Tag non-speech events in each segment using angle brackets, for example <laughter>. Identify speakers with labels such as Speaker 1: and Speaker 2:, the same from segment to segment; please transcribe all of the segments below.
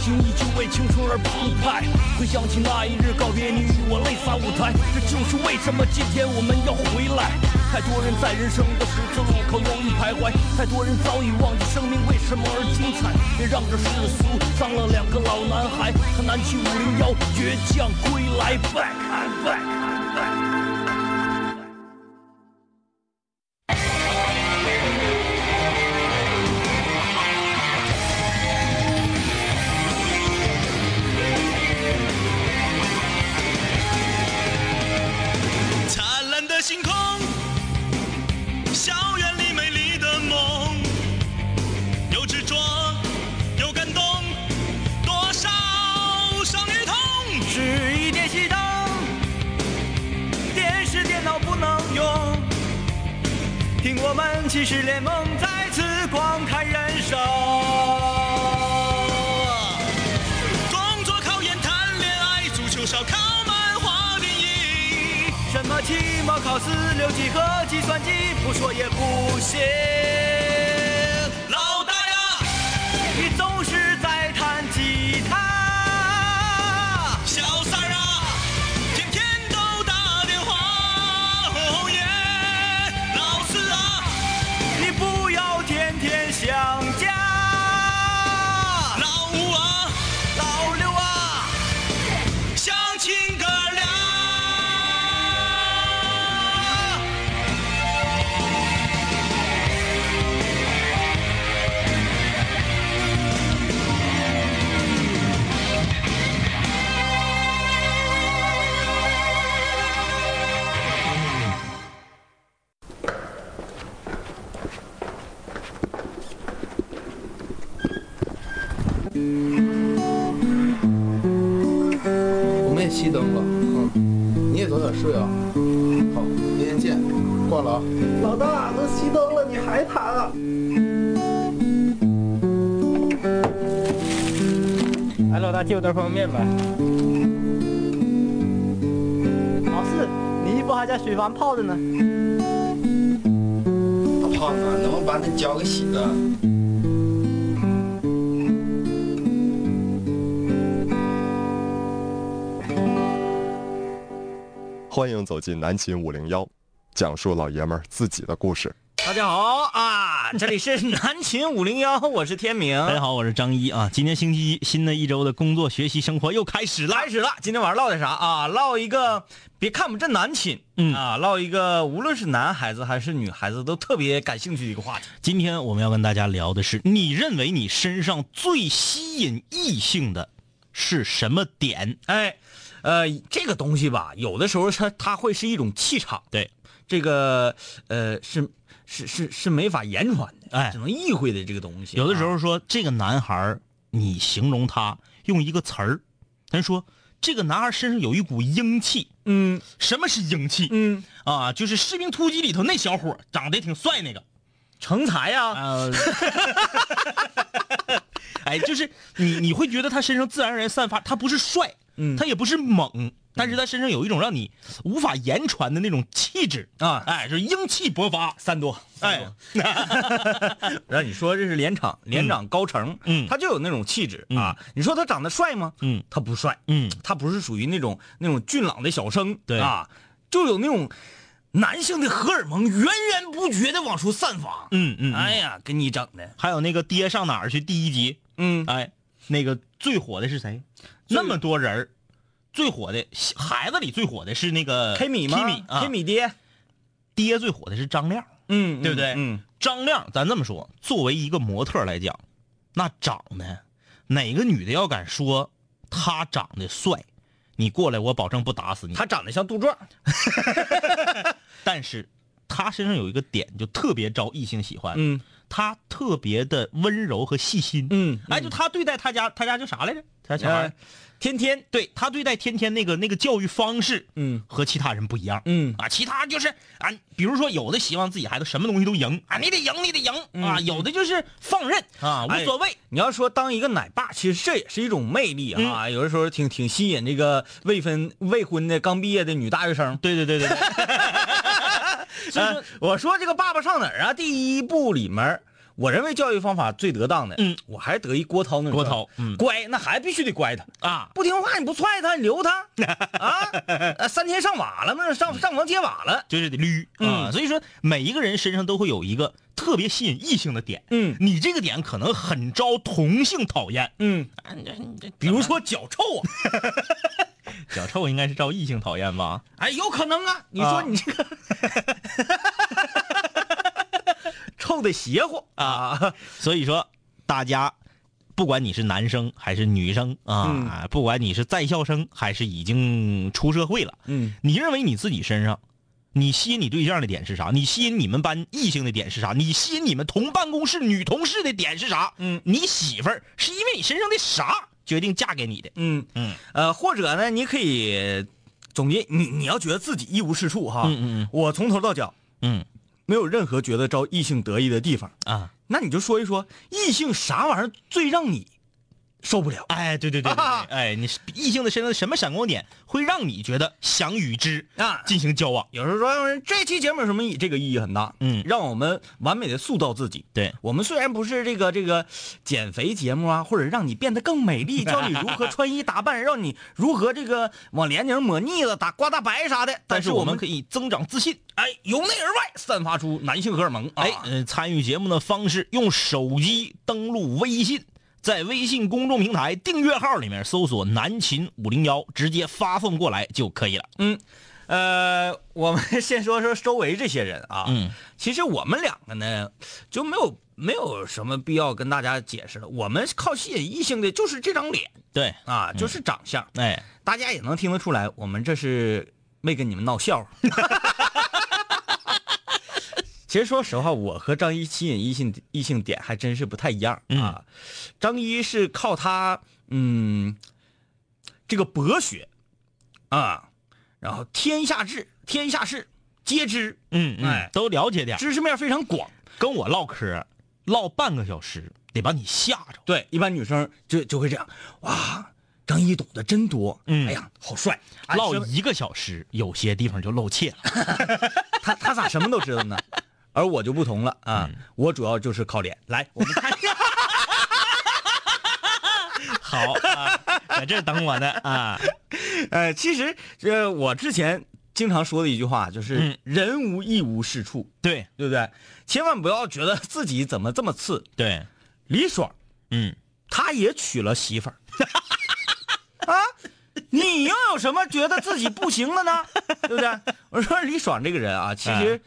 Speaker 1: 心意，就为青春而澎湃。回想起那一日告别你与我泪洒舞台，这就是为什么今天我们要回来。太多人在人生的十字路口犹豫徘徊，太多人早已忘记生命为什么而精彩。别让这世俗伤了两个老男孩，他南起五零幺，倔强归来，back and back and back。
Speaker 2: 灿烂的星空，校园里美丽的梦，有执着，有感动，多少少女痛。
Speaker 3: 是一点熄灯，电视电脑不能用，听我们骑士联盟再次光看人生。
Speaker 2: 工作、考研、谈恋爱，足球、烧烤、漫画、电影，
Speaker 3: 什么期末考四六级和计算机，不说也不行，
Speaker 2: 老大呀，
Speaker 3: 你总是在弹吉他。
Speaker 2: 小三儿啊，天天都打电话，哦耶，老四啊，
Speaker 3: 你不要天天想家。
Speaker 2: 老五啊，
Speaker 3: 老六啊，
Speaker 2: 相亲哥俩。
Speaker 4: 我们也熄灯了，嗯，你也早点睡啊。好，明天见，挂了啊。
Speaker 5: 老大都熄灯了，你还弹啊？
Speaker 6: 哎，老大，借我袋方便面呗。
Speaker 5: 老四，你衣服还在水房泡着呢。
Speaker 7: 大胖子，能不能把那脚给洗了？
Speaker 8: 欢迎走进南秦五零幺，讲述老爷们儿自己的故事。
Speaker 6: 大家好啊，这里是南秦五零幺，我是天明。
Speaker 9: 大家好，我是张一啊。今天星期一，新的一周的工作、学习、生活又开始了。
Speaker 6: 开始了，今天晚上唠点啥啊？唠一个，别看我们这男寝，
Speaker 9: 嗯
Speaker 6: 啊，唠一个无论是男孩子还是女孩子都特别感兴趣的一个话题。
Speaker 9: 今天我们要跟大家聊的是，你认为你身上最吸引异性的是什么点？
Speaker 6: 哎，呃，这个东西吧，有的时候它它会是一种气场，
Speaker 9: 对，
Speaker 6: 这个呃是是是是没法言传的，
Speaker 9: 哎
Speaker 6: 只能意会的这个东西。
Speaker 9: 有的时
Speaker 6: 啊，
Speaker 9: 候说这个男孩儿，你形容他用一个词儿，咱说这个男孩身上有一股英气。
Speaker 6: 嗯
Speaker 9: 什么是英气？
Speaker 6: 嗯，
Speaker 9: 啊，就是《士兵突击》里头那小伙儿长得也挺帅那个。
Speaker 6: 成才啊呀、
Speaker 9: 呃，哎，就是你你会觉得他身上自然而然散发，他不是帅，
Speaker 6: 嗯
Speaker 9: 他也不是猛，但是他身上有一种让你无法言传的那种气质
Speaker 6: 啊
Speaker 9: 哎，就是英气勃发，
Speaker 6: 三多，
Speaker 9: 哎，
Speaker 6: 让你说这是连长，连长高成，
Speaker 9: 嗯
Speaker 6: 他就有那种气质啊。你说他长得帅吗？
Speaker 9: 嗯，
Speaker 6: 他不帅，
Speaker 9: 嗯，
Speaker 6: 他不是属于那种那种俊朗的小生，
Speaker 9: 对
Speaker 6: 啊，就有那种男性的荷尔蒙源源不绝的往出散发，
Speaker 9: 嗯嗯嗯
Speaker 6: 哎呀，给你整的，
Speaker 9: 还有那个爹上哪儿去第一集，
Speaker 6: 嗯，
Speaker 9: 哎，那个最火的是谁？那么多人儿最火的孩子里最火的是那个
Speaker 6: 黑米吗？
Speaker 9: 米啊
Speaker 6: 黑米爹，
Speaker 9: 爹最火的是张亮，
Speaker 6: 嗯，
Speaker 9: 对不对？
Speaker 6: 嗯，
Speaker 9: 张亮，咱这么说，作为一个模特来讲，那长得哪个女的要敢说他长得帅，你过来，我保证不打死你。
Speaker 6: 他长得像杜撰，
Speaker 9: <laughs> 但是他身上有一个点，就特别招异性喜欢。
Speaker 6: 嗯，
Speaker 9: 他特别的温柔和细心。
Speaker 6: 嗯嗯
Speaker 9: 哎，就他对待他家，他家叫啥来着？他家小孩
Speaker 6: 呃，天天，
Speaker 9: 对他对待天天那个那个教育方式，
Speaker 6: 嗯，
Speaker 9: 和其他人不一样，
Speaker 6: 嗯
Speaker 9: 啊，其他就是啊，比如说有的希望自己孩子什么东西都赢啊，你得赢，你得赢、啊，有的就是放任啊，
Speaker 6: 嗯
Speaker 9: 无
Speaker 6: 哎
Speaker 9: 所谓，
Speaker 6: 你要说当一个奶爸，其实这也是一种魅力啊，有的时候挺挺吸引这个未婚未婚的刚毕业的女大学生。
Speaker 9: 对对
Speaker 10: <laughs>
Speaker 9: 对对对，所以说
Speaker 10: 啊
Speaker 6: 呃我说这个《爸爸上哪儿》啊，第一部里面，
Speaker 10: 我认为教育方法最得当的，
Speaker 9: 嗯，
Speaker 10: 我还是得一郭涛那种
Speaker 9: 郭
Speaker 10: 教育
Speaker 9: 涛嗯
Speaker 10: 乖，那孩子必须得乖他，
Speaker 9: 啊，
Speaker 10: 不听话你不踹他，你留
Speaker 9: <laughs>
Speaker 10: 他啊，呃三天上瓦了嘛，上上房揭瓦了，
Speaker 9: 就是得捋啊、
Speaker 10: 嗯
Speaker 9: 所以说每一个人身上都会有一个特别吸引异性的点，
Speaker 10: 嗯
Speaker 9: 你这个点可能很招同性讨厌，
Speaker 10: 嗯，比如说脚臭啊，
Speaker 9: 脚臭应该是招异性讨厌吧？
Speaker 10: 哎，有可能啊，你说你这个、臭的邪乎啊，
Speaker 9: <laughs> 所以说，大家不管你是男生还是女生
Speaker 10: 嗯
Speaker 9: 啊，不管你是在校生还是已经出社会了，
Speaker 6: <laughs>
Speaker 10: 嗯，
Speaker 9: 你认为你自己身上，你吸引你对象的点是啥？你吸引你们班异性的点是啥？你吸引你们同办公室女同事的点是啥？嗯，你媳妇儿是因为你身上的啥决定嫁给你的？
Speaker 10: 嗯
Speaker 9: 嗯，
Speaker 10: 呃，或者呢，你可以总结，你你要觉得自己一无是处哈，
Speaker 9: 嗯嗯嗯
Speaker 10: 我从头到脚
Speaker 9: 嗯
Speaker 10: 没有任何觉得招异性得意的地方，
Speaker 9: 啊，
Speaker 10: 那你就说一说异性啥玩意儿最让你受不了？
Speaker 9: 哎，对对对对
Speaker 10: 啊
Speaker 9: 对，哎，你是异性的身上的什么闪光点会让你觉得想与之
Speaker 10: 啊
Speaker 9: 进行交往？
Speaker 10: 有时候说哎这期节目有什么意义？这个意义很大，
Speaker 9: 嗯
Speaker 10: 让我们完美的塑造自己。
Speaker 9: 对
Speaker 10: 我们虽然不是这个这个减肥节目啊，或者让你变得更美丽，教你如何穿衣打 <laughs> 扮，让你如何这个往脸顶上抹腻子、打刮大白啥的，
Speaker 9: 但
Speaker 10: 但
Speaker 9: 是
Speaker 10: 是
Speaker 9: 我
Speaker 10: 我
Speaker 9: 们
Speaker 10: 们
Speaker 9: 可
Speaker 10: 可以
Speaker 9: 以增长自信。
Speaker 10: 哎由内而外散发出男性荷尔蒙啊。
Speaker 9: 哎，呃，参与节目的方式，用手机登录微信，在微信公众平台订阅号里面搜索“南秦五零幺”，直接发送过来就可以了。
Speaker 10: 呃，我们先说说周围这些人啊，
Speaker 9: 嗯，
Speaker 10: 其实我们两个呢就没有没有什么必要跟大家解释了，我们靠吸引异性的就是这张脸
Speaker 9: 对，
Speaker 10: 啊，就是长相，
Speaker 9: 哎，
Speaker 10: 大家也能听得出来，我们这是没跟你们闹笑话。 <laughs> 其实说实话，我和张一吸引异性异性点还真是不太一样啊。张一是靠他嗯这个博学啊，然后天下治天下事皆知，
Speaker 9: 嗯嗯
Speaker 10: 哎，
Speaker 9: 都了解点儿。
Speaker 10: 知识面非常广。
Speaker 9: 跟我唠嗑，唠半个小时，得把你吓着。
Speaker 10: 对，一般女生就就会这样，哇，张一懂得真多，
Speaker 9: 嗯
Speaker 10: 哎呀，好帅，哎
Speaker 9: 唠
Speaker 10: 什么
Speaker 9: 一个小时，有些地方就露怯了。
Speaker 10: 他他咋什么都知道呢？而我就不同了啊，
Speaker 9: 嗯
Speaker 10: 我主要就是靠脸。来，
Speaker 9: <laughs>
Speaker 10: 我们看一下，
Speaker 9: 好，啊 <laughs> 在这儿等我呢啊。
Speaker 10: 呃，其实呃，我之前经常说的一句话就是
Speaker 9: 嗯
Speaker 10: “人无一无是处
Speaker 9: 对”，
Speaker 10: 对不对？千万不要觉得自己怎么这么次。
Speaker 9: 对，
Speaker 10: 李爽
Speaker 9: 嗯，
Speaker 10: 他也娶了媳妇儿， <laughs> 啊，你又有什么觉得自己不行了呢？对不对？我说李爽这个人啊，其实。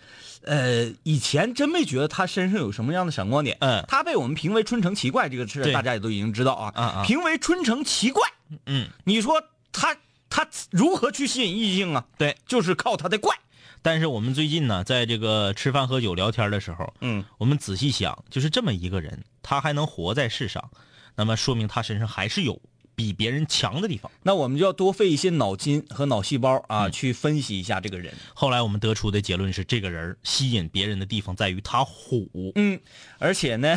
Speaker 10: 呃，以前真没觉得他身上有什么样的闪光点。
Speaker 9: 嗯
Speaker 10: 他被我们评为春城奇怪这个事儿，
Speaker 9: 对
Speaker 10: 大家也都已经知道啊。
Speaker 9: 啊啊
Speaker 10: 评为春城奇怪，
Speaker 9: 嗯，
Speaker 10: 你说他他如何去吸引异性啊？
Speaker 9: 对，
Speaker 10: 就是靠他的怪。
Speaker 9: 但是我们最近呢，在这个吃饭喝酒聊天的时候，
Speaker 10: 嗯，
Speaker 9: 我们仔细想，就是这么一个人，他还能活在世上，那么说明他身上还是有比别人强的地方。
Speaker 10: 那我们就要多费一些脑筋和脑细胞啊，去分析一下这个人。
Speaker 9: 后来我们得出的结论是，这个人儿吸引别人的地方在于他虎。
Speaker 10: 嗯，而且 <laughs> 呢，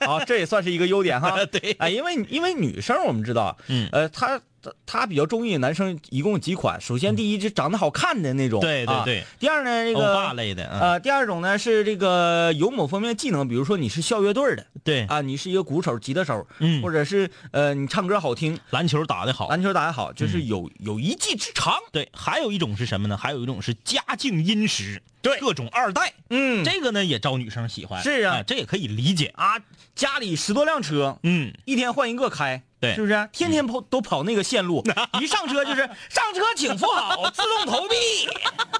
Speaker 10: 啊，这也算是一个优点 <laughs> 哈。对，啊，因为因为女生我们知道，
Speaker 9: 嗯
Speaker 10: 呃，她她她比较中意的男生一共有几款。首先，第一是长得好看的那种，
Speaker 9: 对对
Speaker 10: 啊
Speaker 9: 对
Speaker 10: 第二呢，这
Speaker 9: 欧巴
Speaker 10: 个
Speaker 9: 类的啊，
Speaker 10: 呃，第二种呢是这个有某方面技能，比如说你是校乐队的
Speaker 9: 对，
Speaker 10: 啊，你是一个鼓手、吉他手，
Speaker 9: 嗯
Speaker 10: 或者是呃你唱歌好听，
Speaker 9: 篮球打得好。嗯
Speaker 10: 篮球打得好，就是有有一技之长。
Speaker 9: 对，还有一种是什么呢？还有一种是家境殷实，对，各种二代，
Speaker 10: 嗯这
Speaker 9: 这个呢也招女生喜欢。
Speaker 10: 是啊
Speaker 9: 哎这也可以理解。
Speaker 10: 啊，家里十多辆车，
Speaker 9: 嗯，
Speaker 10: 一天换一个开，
Speaker 9: 对嗯
Speaker 10: 是不是？天天跑都跑那个
Speaker 9: <laughs>
Speaker 10: 线路，一上车就是上车请扶好，自动投币，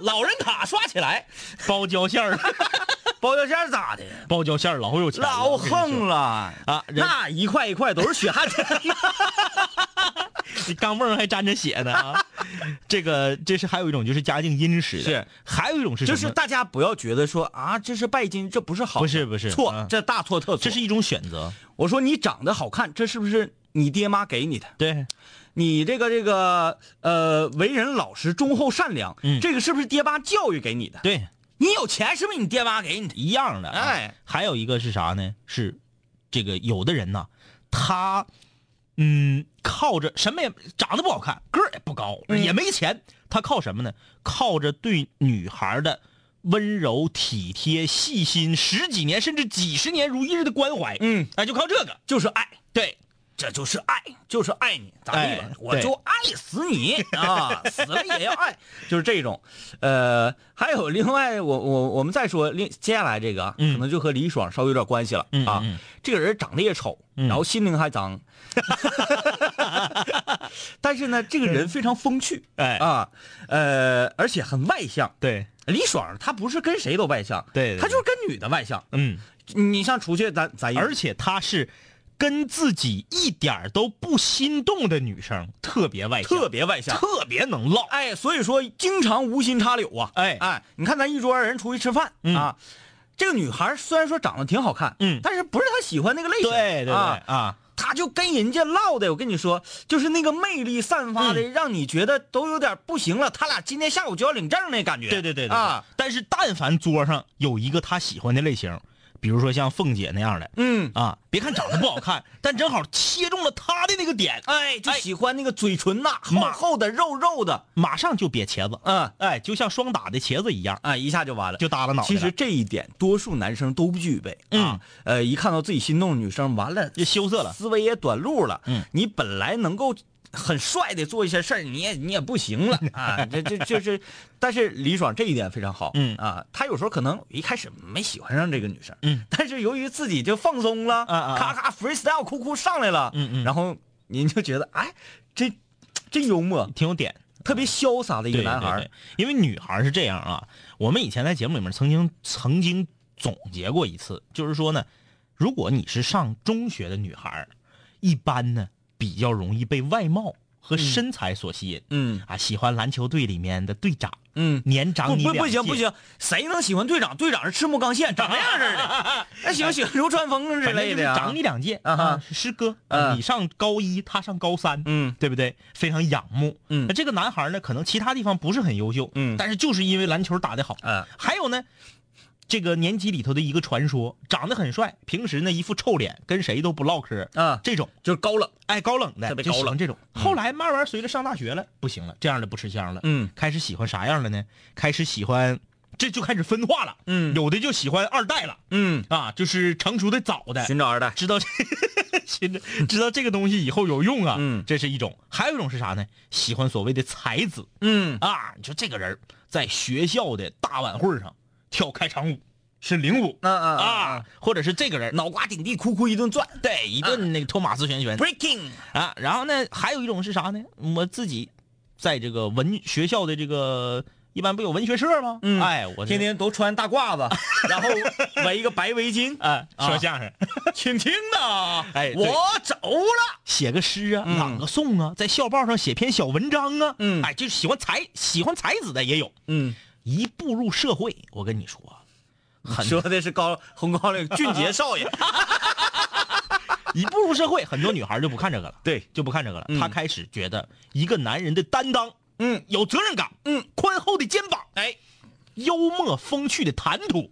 Speaker 10: 老人卡刷起来，
Speaker 9: 包胶馅儿， <laughs>
Speaker 10: 包邮箱咋的？
Speaker 9: 包胶馅儿 <laughs> 老有钱了，
Speaker 10: 老
Speaker 9: 我跟你说
Speaker 10: 横了
Speaker 9: 啊人
Speaker 10: 那一块一块都是血汗 <laughs> 钱。
Speaker 9: 这钢镚儿还沾着血呢
Speaker 10: <laughs>
Speaker 9: 啊！这个这是还有一种就是家境殷实的，
Speaker 10: 是
Speaker 9: 还有一种是什
Speaker 10: 就
Speaker 9: 么？
Speaker 10: 是大家不要觉得说啊，这是拜金，这不是好的，
Speaker 9: 不是不是
Speaker 10: 错
Speaker 9: 嗯，
Speaker 10: 这大错特错。
Speaker 9: 这是一种选择，
Speaker 10: 我说你长得好看，这是不是你爹妈给你的？
Speaker 9: 对
Speaker 10: 你这个这个呃，为人老实、忠厚、善良，
Speaker 9: 嗯
Speaker 10: 这个是不是爹妈教育给你的？
Speaker 9: 对，
Speaker 10: 你有钱是不是你爹妈给你的？
Speaker 9: 一样的啊。
Speaker 10: 哎
Speaker 9: 还有一个是啥呢？是这个有的人呐，他嗯靠着什么也长得不好
Speaker 10: 嗯
Speaker 9: 看，个儿也不高，也没钱，他靠什么呢？靠着对女孩的温柔、体贴、细心，十几年甚至几十年如一日的关怀。
Speaker 10: 嗯，
Speaker 9: 哎，就靠这个，
Speaker 10: 就是爱，
Speaker 9: 对，
Speaker 10: 这就是爱，就是爱你，咋地吧
Speaker 9: 哎？
Speaker 10: 我就爱死你啊， <laughs> 死了也要爱，就是这种。呃，还有另外，我我我们再说另接下来这个啊，可能就和李爽稍微有点关系了
Speaker 9: 嗯
Speaker 10: 啊
Speaker 9: 嗯嗯。嗯
Speaker 10: 这个人长得也丑，然后心灵还
Speaker 9: <laughs>
Speaker 10: 脏， <laughs> 但是呢，这个人非常风趣，
Speaker 9: 哎
Speaker 10: 啊，呃，而且很外向。
Speaker 9: 对，
Speaker 10: 李爽他不是跟谁都外向，
Speaker 9: 对对对
Speaker 10: 他就是跟哎女的外向。
Speaker 9: 嗯，
Speaker 10: 你像出去咱咱一
Speaker 9: 而且她是跟自己一点儿都不心动的女生，特别外向，
Speaker 10: 特别外向，
Speaker 9: 特别能唠。
Speaker 10: 哎，所以说经常无心插柳啊，
Speaker 9: 哎
Speaker 10: 哎，你看咱一桌人出去吃饭、
Speaker 9: 嗯
Speaker 10: 啊，这个女孩虽然说长得挺好看，
Speaker 9: 嗯
Speaker 10: 但是不是她喜欢那个类型，
Speaker 9: 对对对
Speaker 10: 啊，
Speaker 9: 啊
Speaker 10: 她就跟人家唠的，我跟你说，就是那个魅力散发
Speaker 9: 嗯
Speaker 10: 的，让你觉得都有点不行了，他俩今天下午就要领证那感觉，
Speaker 9: 对对对对
Speaker 10: 啊，！
Speaker 9: 但是但凡桌上有一个她喜欢的类型，比如说像凤姐那样的，
Speaker 10: 嗯，
Speaker 9: 啊，别看长得不好
Speaker 10: <laughs>
Speaker 9: 看，但正好切中了她的那个点，
Speaker 10: 哎，就喜欢那个嘴唇呐、
Speaker 9: 妈
Speaker 10: 厚厚的、肉肉的，
Speaker 9: 马上就瘪茄子，
Speaker 10: 嗯，
Speaker 9: 哎，就像双打的茄子一样，
Speaker 10: 啊，一下就完了，
Speaker 9: 就耷拉脑袋了。
Speaker 10: 其实这一点，多数男生都不具备啊。呃，一看到自己心动的女生，完了
Speaker 9: 嗯也羞涩了
Speaker 10: 思维也短路了。
Speaker 9: 嗯，
Speaker 10: 你本来能够很帅的做一些事儿，你也你也不
Speaker 9: <laughs>
Speaker 10: 行了啊。这这就是，但是李爽这一点非常好。
Speaker 9: 嗯
Speaker 10: 啊，他有时候可能一开始没喜欢上这个女生，
Speaker 9: 嗯，
Speaker 10: 但是由于自己就放松了，
Speaker 9: 啊啊
Speaker 10: 咔咔 freestyle 哭哭上来了，
Speaker 9: 嗯嗯
Speaker 10: 然后您就觉得哎，这真幽默，
Speaker 9: 挺有点。
Speaker 10: 特别潇洒的一个
Speaker 9: 对
Speaker 10: 男
Speaker 9: 对
Speaker 10: 孩儿
Speaker 9: 对。因为女孩儿是这样啊，我们以前在节目里面曾经曾经总结过一次，就是说呢，如果你是上中学的女孩儿，一般呢比较容易被外貌和身材所吸引，
Speaker 10: 嗯
Speaker 9: 啊，喜欢篮球队里面的队长，
Speaker 10: 嗯
Speaker 9: 年长
Speaker 10: 不
Speaker 9: 你
Speaker 10: 不
Speaker 9: 两
Speaker 10: 不行
Speaker 9: 届
Speaker 10: 不，行，谁能喜欢队长？队长是赤木刚宪，长那样似 <laughs> 的，那喜欢喜欢流川枫之
Speaker 9: 反正
Speaker 10: 类
Speaker 9: 就是
Speaker 10: 的啊
Speaker 9: 长。你两届
Speaker 10: 啊哈
Speaker 9: 是师哥，
Speaker 10: 嗯
Speaker 9: 你上高一，他上高三，
Speaker 10: 嗯
Speaker 9: 对不对？非常仰慕。
Speaker 10: 嗯
Speaker 9: 那这个男孩呢，可能其他地方不是很优秀，
Speaker 10: 嗯
Speaker 9: 但是就是因为篮球打得好，
Speaker 10: 嗯
Speaker 9: 还有呢，这个年级里头的一个传说，长得很帅，平时呢一副臭脸，跟谁都不唠嗑
Speaker 10: 啊
Speaker 9: 这种
Speaker 10: 就是高冷，
Speaker 9: 爱高冷的，
Speaker 10: 特别
Speaker 9: 就喜
Speaker 10: 高冷
Speaker 9: 欢这种。后来慢慢随着上大学了，不行了，这样的不吃香了，
Speaker 10: 嗯，
Speaker 9: 开始喜欢啥样了呢？开始喜欢，这就开始分化了，
Speaker 10: 嗯
Speaker 9: 有的就喜欢二代了。
Speaker 10: 嗯，
Speaker 9: 啊，就是成熟的早的，
Speaker 10: 寻找二代，
Speaker 9: 知道这 <laughs> 寻着知道这个东西以后有用啊，
Speaker 10: 嗯
Speaker 9: 这是一种，还有一种是啥呢？喜欢所谓的才子
Speaker 10: 嗯
Speaker 9: 啊，你说这个人儿在学校的大晚会上跳开场舞是领舞，
Speaker 10: 啊啊啊
Speaker 9: 啊，或者是这个人
Speaker 10: 脑瓜顶地，哭哭一顿转
Speaker 9: 对一顿那个托马斯旋旋
Speaker 10: ，breaking，
Speaker 9: 啊，然后呢，还有一种是啥呢？我自己在这个文学校的这个一般不有文学社吗？
Speaker 10: 嗯
Speaker 9: 哎，我这
Speaker 10: 天天都穿大褂子，然后围一个白围巾，
Speaker 9: 哎说
Speaker 10: 啊
Speaker 9: 相声。
Speaker 10: 轻轻 <laughs> 的，
Speaker 9: 哎对
Speaker 10: 我走了，
Speaker 9: 写个诗啊，
Speaker 10: 嗯
Speaker 9: 朗个诵啊，在校报上写篇小文章啊，
Speaker 10: 嗯
Speaker 9: 哎，就是喜欢才喜欢才子的也有。
Speaker 10: 嗯，
Speaker 9: 一步入社会，我跟你说，啊很
Speaker 10: 说的是高红高岭俊杰少爷，
Speaker 9: 一步入社会，很多女孩就不看这个了，
Speaker 10: 对，
Speaker 9: 就不看这个了。
Speaker 10: 嗯
Speaker 9: 她开始觉得一个男人的担当，
Speaker 10: 嗯，
Speaker 9: 有责任感，
Speaker 10: 嗯，
Speaker 9: 宽厚的肩膀，
Speaker 10: 哎，
Speaker 9: 幽默风趣的谈吐，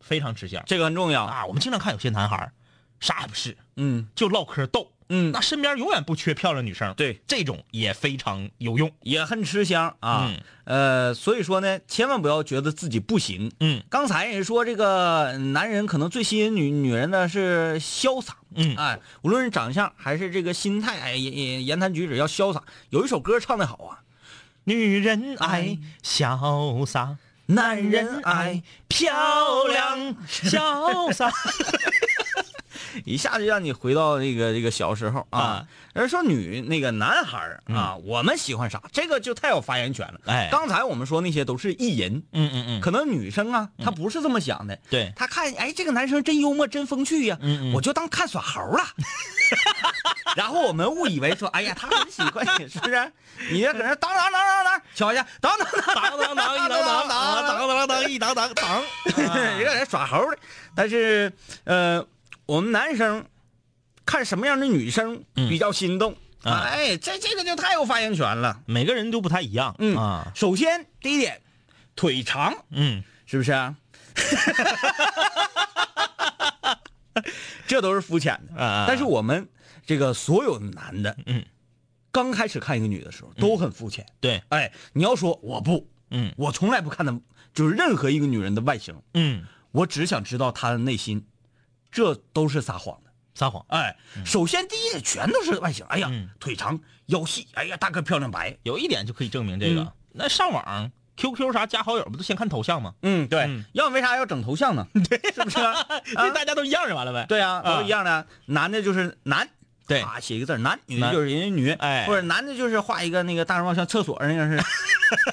Speaker 9: 非常吃香
Speaker 10: 这个很重要，
Speaker 9: 啊。我们经常看有些男孩儿，啥也不是，
Speaker 10: 嗯
Speaker 9: 就唠嗑逗，
Speaker 10: 嗯
Speaker 9: 那，身边永远不缺漂亮女生，
Speaker 10: 对，
Speaker 9: 这种也非常有用。
Speaker 10: 也很吃香啊，呃，所以说呢，千万不要觉得自己不行，
Speaker 9: 嗯
Speaker 10: 刚才也说这个男人可能最吸引女女人的是潇洒，
Speaker 9: 嗯
Speaker 10: 哎，无论是长相还是这个心态，哎，言言言谈举止要潇洒。有一首歌唱的好啊，
Speaker 9: 女人爱潇洒，
Speaker 10: 男人爱漂
Speaker 9: 嗯
Speaker 10: 亮，
Speaker 9: 潇洒。
Speaker 10: 一下就让你回到那个这个小时候啊
Speaker 9: 啊。嗯
Speaker 10: 人说女那个男孩儿啊，我们喜欢啥，这个就太有发言权了。
Speaker 9: 哎
Speaker 10: 刚才我们说那些都是意淫，
Speaker 9: <laughs> 嗯嗯嗯，
Speaker 10: 可能女生啊，她不是这么想的。
Speaker 9: 对
Speaker 10: 她看，哎，这个男生真幽默，真风趣呀、
Speaker 9: 嗯嗯
Speaker 10: 我就当看耍猴了。然后我们误以为说，哎呀，他很喜欢你，是不是？你这搁那当当当当当，瞧一下，当当当
Speaker 9: 当当当一当当啊，当当当一当当当。
Speaker 10: 当，有点耍猴的。但是，呃，我们男生看什么样的女生比较心动？
Speaker 9: 啊
Speaker 10: 哎，这这个就太有发言权了。
Speaker 9: 每个人都不太一样，
Speaker 10: 嗯，
Speaker 9: 啊，
Speaker 10: 首先第一点，腿长，
Speaker 9: 嗯，
Speaker 10: 是不是、啊？ <laughs> 这都是肤浅的，
Speaker 9: 啊啊
Speaker 10: 但是我们这个所有男的，
Speaker 9: 嗯，
Speaker 10: 刚开始看一个女的时候都很肤浅。
Speaker 9: 对，
Speaker 10: 哎，你要说我不，
Speaker 9: 嗯
Speaker 10: 我从来不看她，就是任何一个女人的外形，
Speaker 9: 嗯，
Speaker 10: 我只想知道她的内心，这都是撒谎的。
Speaker 9: 撒谎，
Speaker 10: 哎，首先第一全都是外形，哎呀，
Speaker 9: 嗯
Speaker 10: 腿长腰细，哎呀，大个漂亮白，
Speaker 9: 有一点就可以证明这个。
Speaker 10: 嗯
Speaker 9: 那上网 QQ 啥加好友不都先看头像吗？
Speaker 10: 嗯，对，
Speaker 9: 嗯
Speaker 10: 要为啥要整头像
Speaker 9: <laughs>
Speaker 10: 呢？对，是不是啊？
Speaker 9: 这大家都一样就完了呗。
Speaker 10: 对啊，
Speaker 9: 啊
Speaker 10: 都一样的，男的就是男。
Speaker 9: 对
Speaker 10: 啊，写一个字儿男，女的
Speaker 9: 男
Speaker 10: 就是人家女，
Speaker 9: 哎
Speaker 10: 或者男的就是画一个那个大容貌，像厕所那样似
Speaker 9: <laughs>
Speaker 10: 的，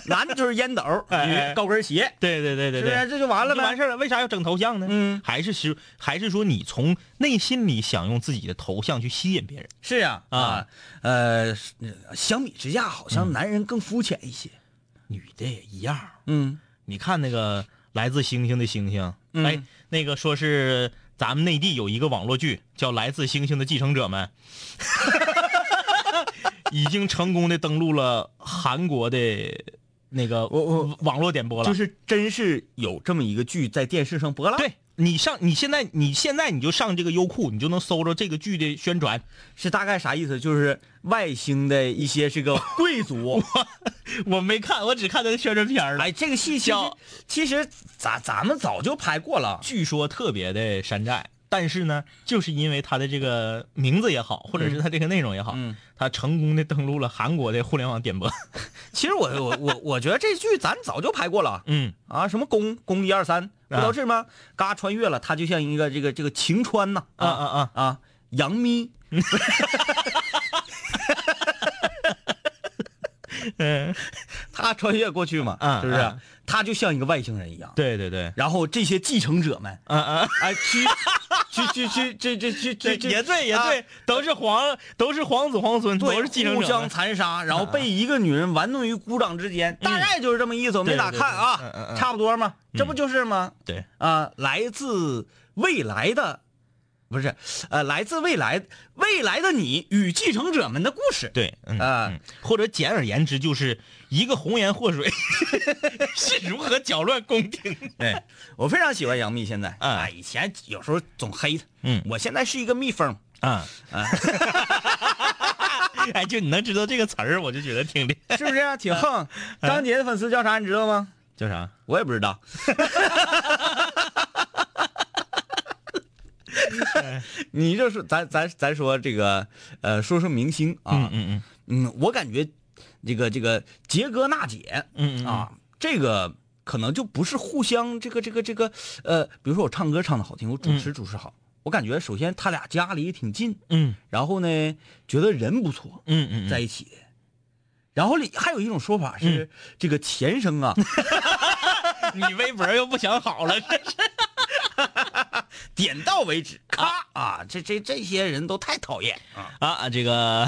Speaker 10: 男的就是烟斗，
Speaker 9: 哎
Speaker 10: 女
Speaker 9: 哎
Speaker 10: 的高跟鞋，
Speaker 9: 对对对对
Speaker 10: 是不
Speaker 9: 对，
Speaker 10: 是这就完了
Speaker 9: 就
Speaker 10: 呗
Speaker 9: 啊完？事儿了。为啥要整头像呢？
Speaker 10: 嗯
Speaker 9: 还是是还是说你从内心里想用自己的头像去吸引别人？
Speaker 10: 是呀，
Speaker 9: 啊嗯
Speaker 10: 啊，呃，是相比之下，好像男人更肤浅一些。
Speaker 9: 女的也一样。
Speaker 10: 嗯
Speaker 9: 你看那个来自星星的星星，
Speaker 10: 嗯
Speaker 9: 哎，那个说是咱们内地有一个网络剧叫《来自星星的继承者们》， <laughs> 已经成功的登陆了韩国的那个
Speaker 10: 我我
Speaker 9: 网络点播了。
Speaker 10: 就是啊是真是有这么一个剧在电视上播了。
Speaker 9: 对你上你现在你现在你就上这个优酷，你就能搜着这个剧的宣传。
Speaker 10: 是大概啥意思？就是外星的一些
Speaker 9: <laughs>
Speaker 10: 这个贵族，
Speaker 9: 我没看，我只看它的宣传片儿了。
Speaker 10: 哎，这个戏其实
Speaker 9: 叫
Speaker 10: 其实咱咱们早就拍过了。
Speaker 9: 据说特别的山寨，但是呢，就是因为它的这个名字也好，或者是它这个内容也好，
Speaker 10: 嗯
Speaker 9: 它成功的登陆了韩国的互联网点播。
Speaker 10: 其实我我我我觉得这剧咱早就拍过了
Speaker 9: 嗯，
Speaker 10: 啊，什么宫宫一二三，不
Speaker 9: 啊
Speaker 10: 都是吗？嘎穿越了，他就像一个这个这个晴川呐
Speaker 9: 啊啊啊！
Speaker 10: 啊，杨幂，
Speaker 9: <laughs> 嗯，
Speaker 10: 他穿越过去嘛，
Speaker 9: 嗯
Speaker 10: 是不是
Speaker 9: 嗯？
Speaker 10: 他就像一个外星人一样。
Speaker 9: 对对对，
Speaker 10: 然后这些继承者们，
Speaker 9: 啊啊，
Speaker 10: 哎，去去去去这这这这这
Speaker 9: 也对也
Speaker 10: 啊
Speaker 9: 对，都是皇都是皇子皇孙，
Speaker 10: 对
Speaker 9: 都是继承
Speaker 10: 互
Speaker 9: 者
Speaker 10: 相
Speaker 9: 们。啊嗯
Speaker 10: 残杀，然后被一个女人玩弄于股掌之间，大概就是这么意思。我没咋
Speaker 9: 对对对
Speaker 10: 看啊，
Speaker 9: 嗯嗯嗯
Speaker 10: 差不多嘛，这不就是吗？
Speaker 9: 对，
Speaker 10: 啊，来自未来的，不是，呃，来自未来，未来的你与继承者们的故事。
Speaker 9: 对，嗯
Speaker 10: 啊
Speaker 9: 嗯或者简而言之，就是一个红颜祸水 <laughs> 是如何搅乱宫廷。
Speaker 10: 对，我非常喜欢杨幂，现在
Speaker 9: 嗯
Speaker 10: 啊，以前有时候总黑她，
Speaker 9: 嗯
Speaker 10: 我现在是一个蜜蜂，
Speaker 9: 啊啊！ <laughs> 哎，就你能知道这个词儿，我就觉得挺厉害。
Speaker 10: 是不是啊？挺 <laughs> 横。张杰的粉丝叫啥？你知道吗？
Speaker 9: 叫啥？
Speaker 10: 我也不知道。哎 <laughs> 你就是咱咱咱说这个，呃，说说明星啊，
Speaker 9: 嗯
Speaker 10: 嗯我感觉这个这个杰哥娜姐，
Speaker 9: 嗯嗯嗯
Speaker 10: 啊，这个可能就不是互相这个这个这个，呃，比如说我唱歌唱的好听，我主持主持好，我感觉首先他俩家离也挺近，
Speaker 9: 嗯
Speaker 10: 然后呢，觉得人不错，
Speaker 9: 嗯嗯
Speaker 10: 在一起的。然后里还有一种说法是，这个前生 <laughs> 啊，
Speaker 9: 你微博又不想好
Speaker 10: <laughs>
Speaker 9: 了，这是
Speaker 10: 点到为止，咔啊！这这这些人都太讨厌啊！
Speaker 9: 啊，这个，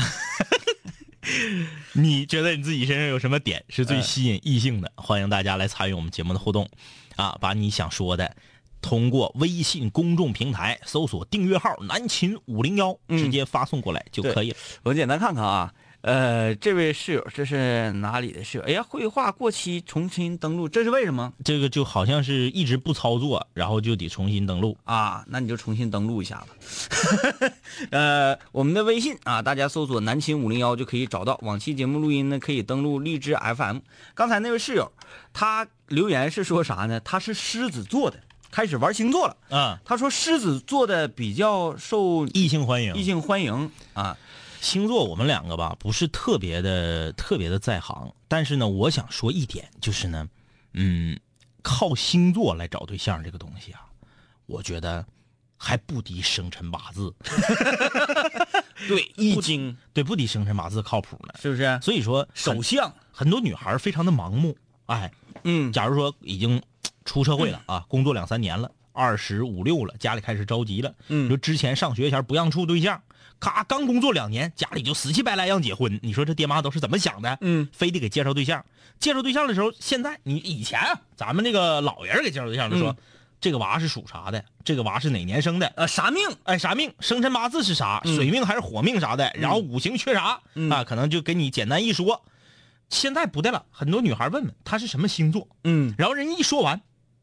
Speaker 9: <laughs> 你觉得你自己身上有什么点是最吸引异性的？
Speaker 10: 呃
Speaker 9: 欢迎大家来参与我们节目的互动，啊，把你想说的。通过微信公众平台搜索订阅号“南秦五零幺”，
Speaker 10: 嗯
Speaker 9: 直接发送过来就可以了。
Speaker 10: 我简单看看啊，呃，这位室友这是哪里的室友？哎呀，绘画过期，重新登录，这是为什么
Speaker 9: 这个就好像是一直不操作，然后就得重新登录。
Speaker 10: 啊？那你就重新登录一下吧。 <laughs> 呃，我们的微信啊，大家搜索“南秦五零幺”就可以找到。往期节目录音呢，可以登录荔枝 FM。刚才那位室友，他留言是说啥呢？他是狮子座的，开始玩星座了。
Speaker 9: 嗯，
Speaker 10: 他说狮子座的比较受
Speaker 9: 异性欢迎，
Speaker 10: 异性欢迎啊。
Speaker 9: 星座我们两个吧不是特别的特别的在行，但是呢，我想说一点就是呢，嗯，靠星座来找对象这个东西啊，我觉得还不敌生辰八 <laughs> 字，
Speaker 10: 对，易经
Speaker 9: 对，不敌生辰八字靠谱呢。
Speaker 10: 是不是？
Speaker 9: 所以说，
Speaker 10: 首
Speaker 9: 很
Speaker 10: 相，
Speaker 9: 很多女孩非常的盲目，哎，
Speaker 10: 嗯，
Speaker 9: 假如说已经出社会了啊，工作两三年了，二十五六了，家里开始着急了。
Speaker 10: 嗯
Speaker 9: 你说之前上学前不让处对象，咔刚工作两年，家里就死乞白赖让结婚，你说这爹妈都是怎么想的？
Speaker 10: 嗯，
Speaker 9: 非得给介绍对象。介绍对象的时候，现在你以前啊，咱们这个老人给介绍对象就说，
Speaker 10: 嗯
Speaker 9: 这个娃是属啥的，这个娃是哪年生的，
Speaker 10: 呃，啥命？
Speaker 9: 哎，啥命，生辰八字是啥，水命还是火命啥的，然后五行缺啥、啊，可能就给你简单一说。现在不对了，很多女孩问问他是什么星座，
Speaker 10: 嗯
Speaker 9: 然后人一说完，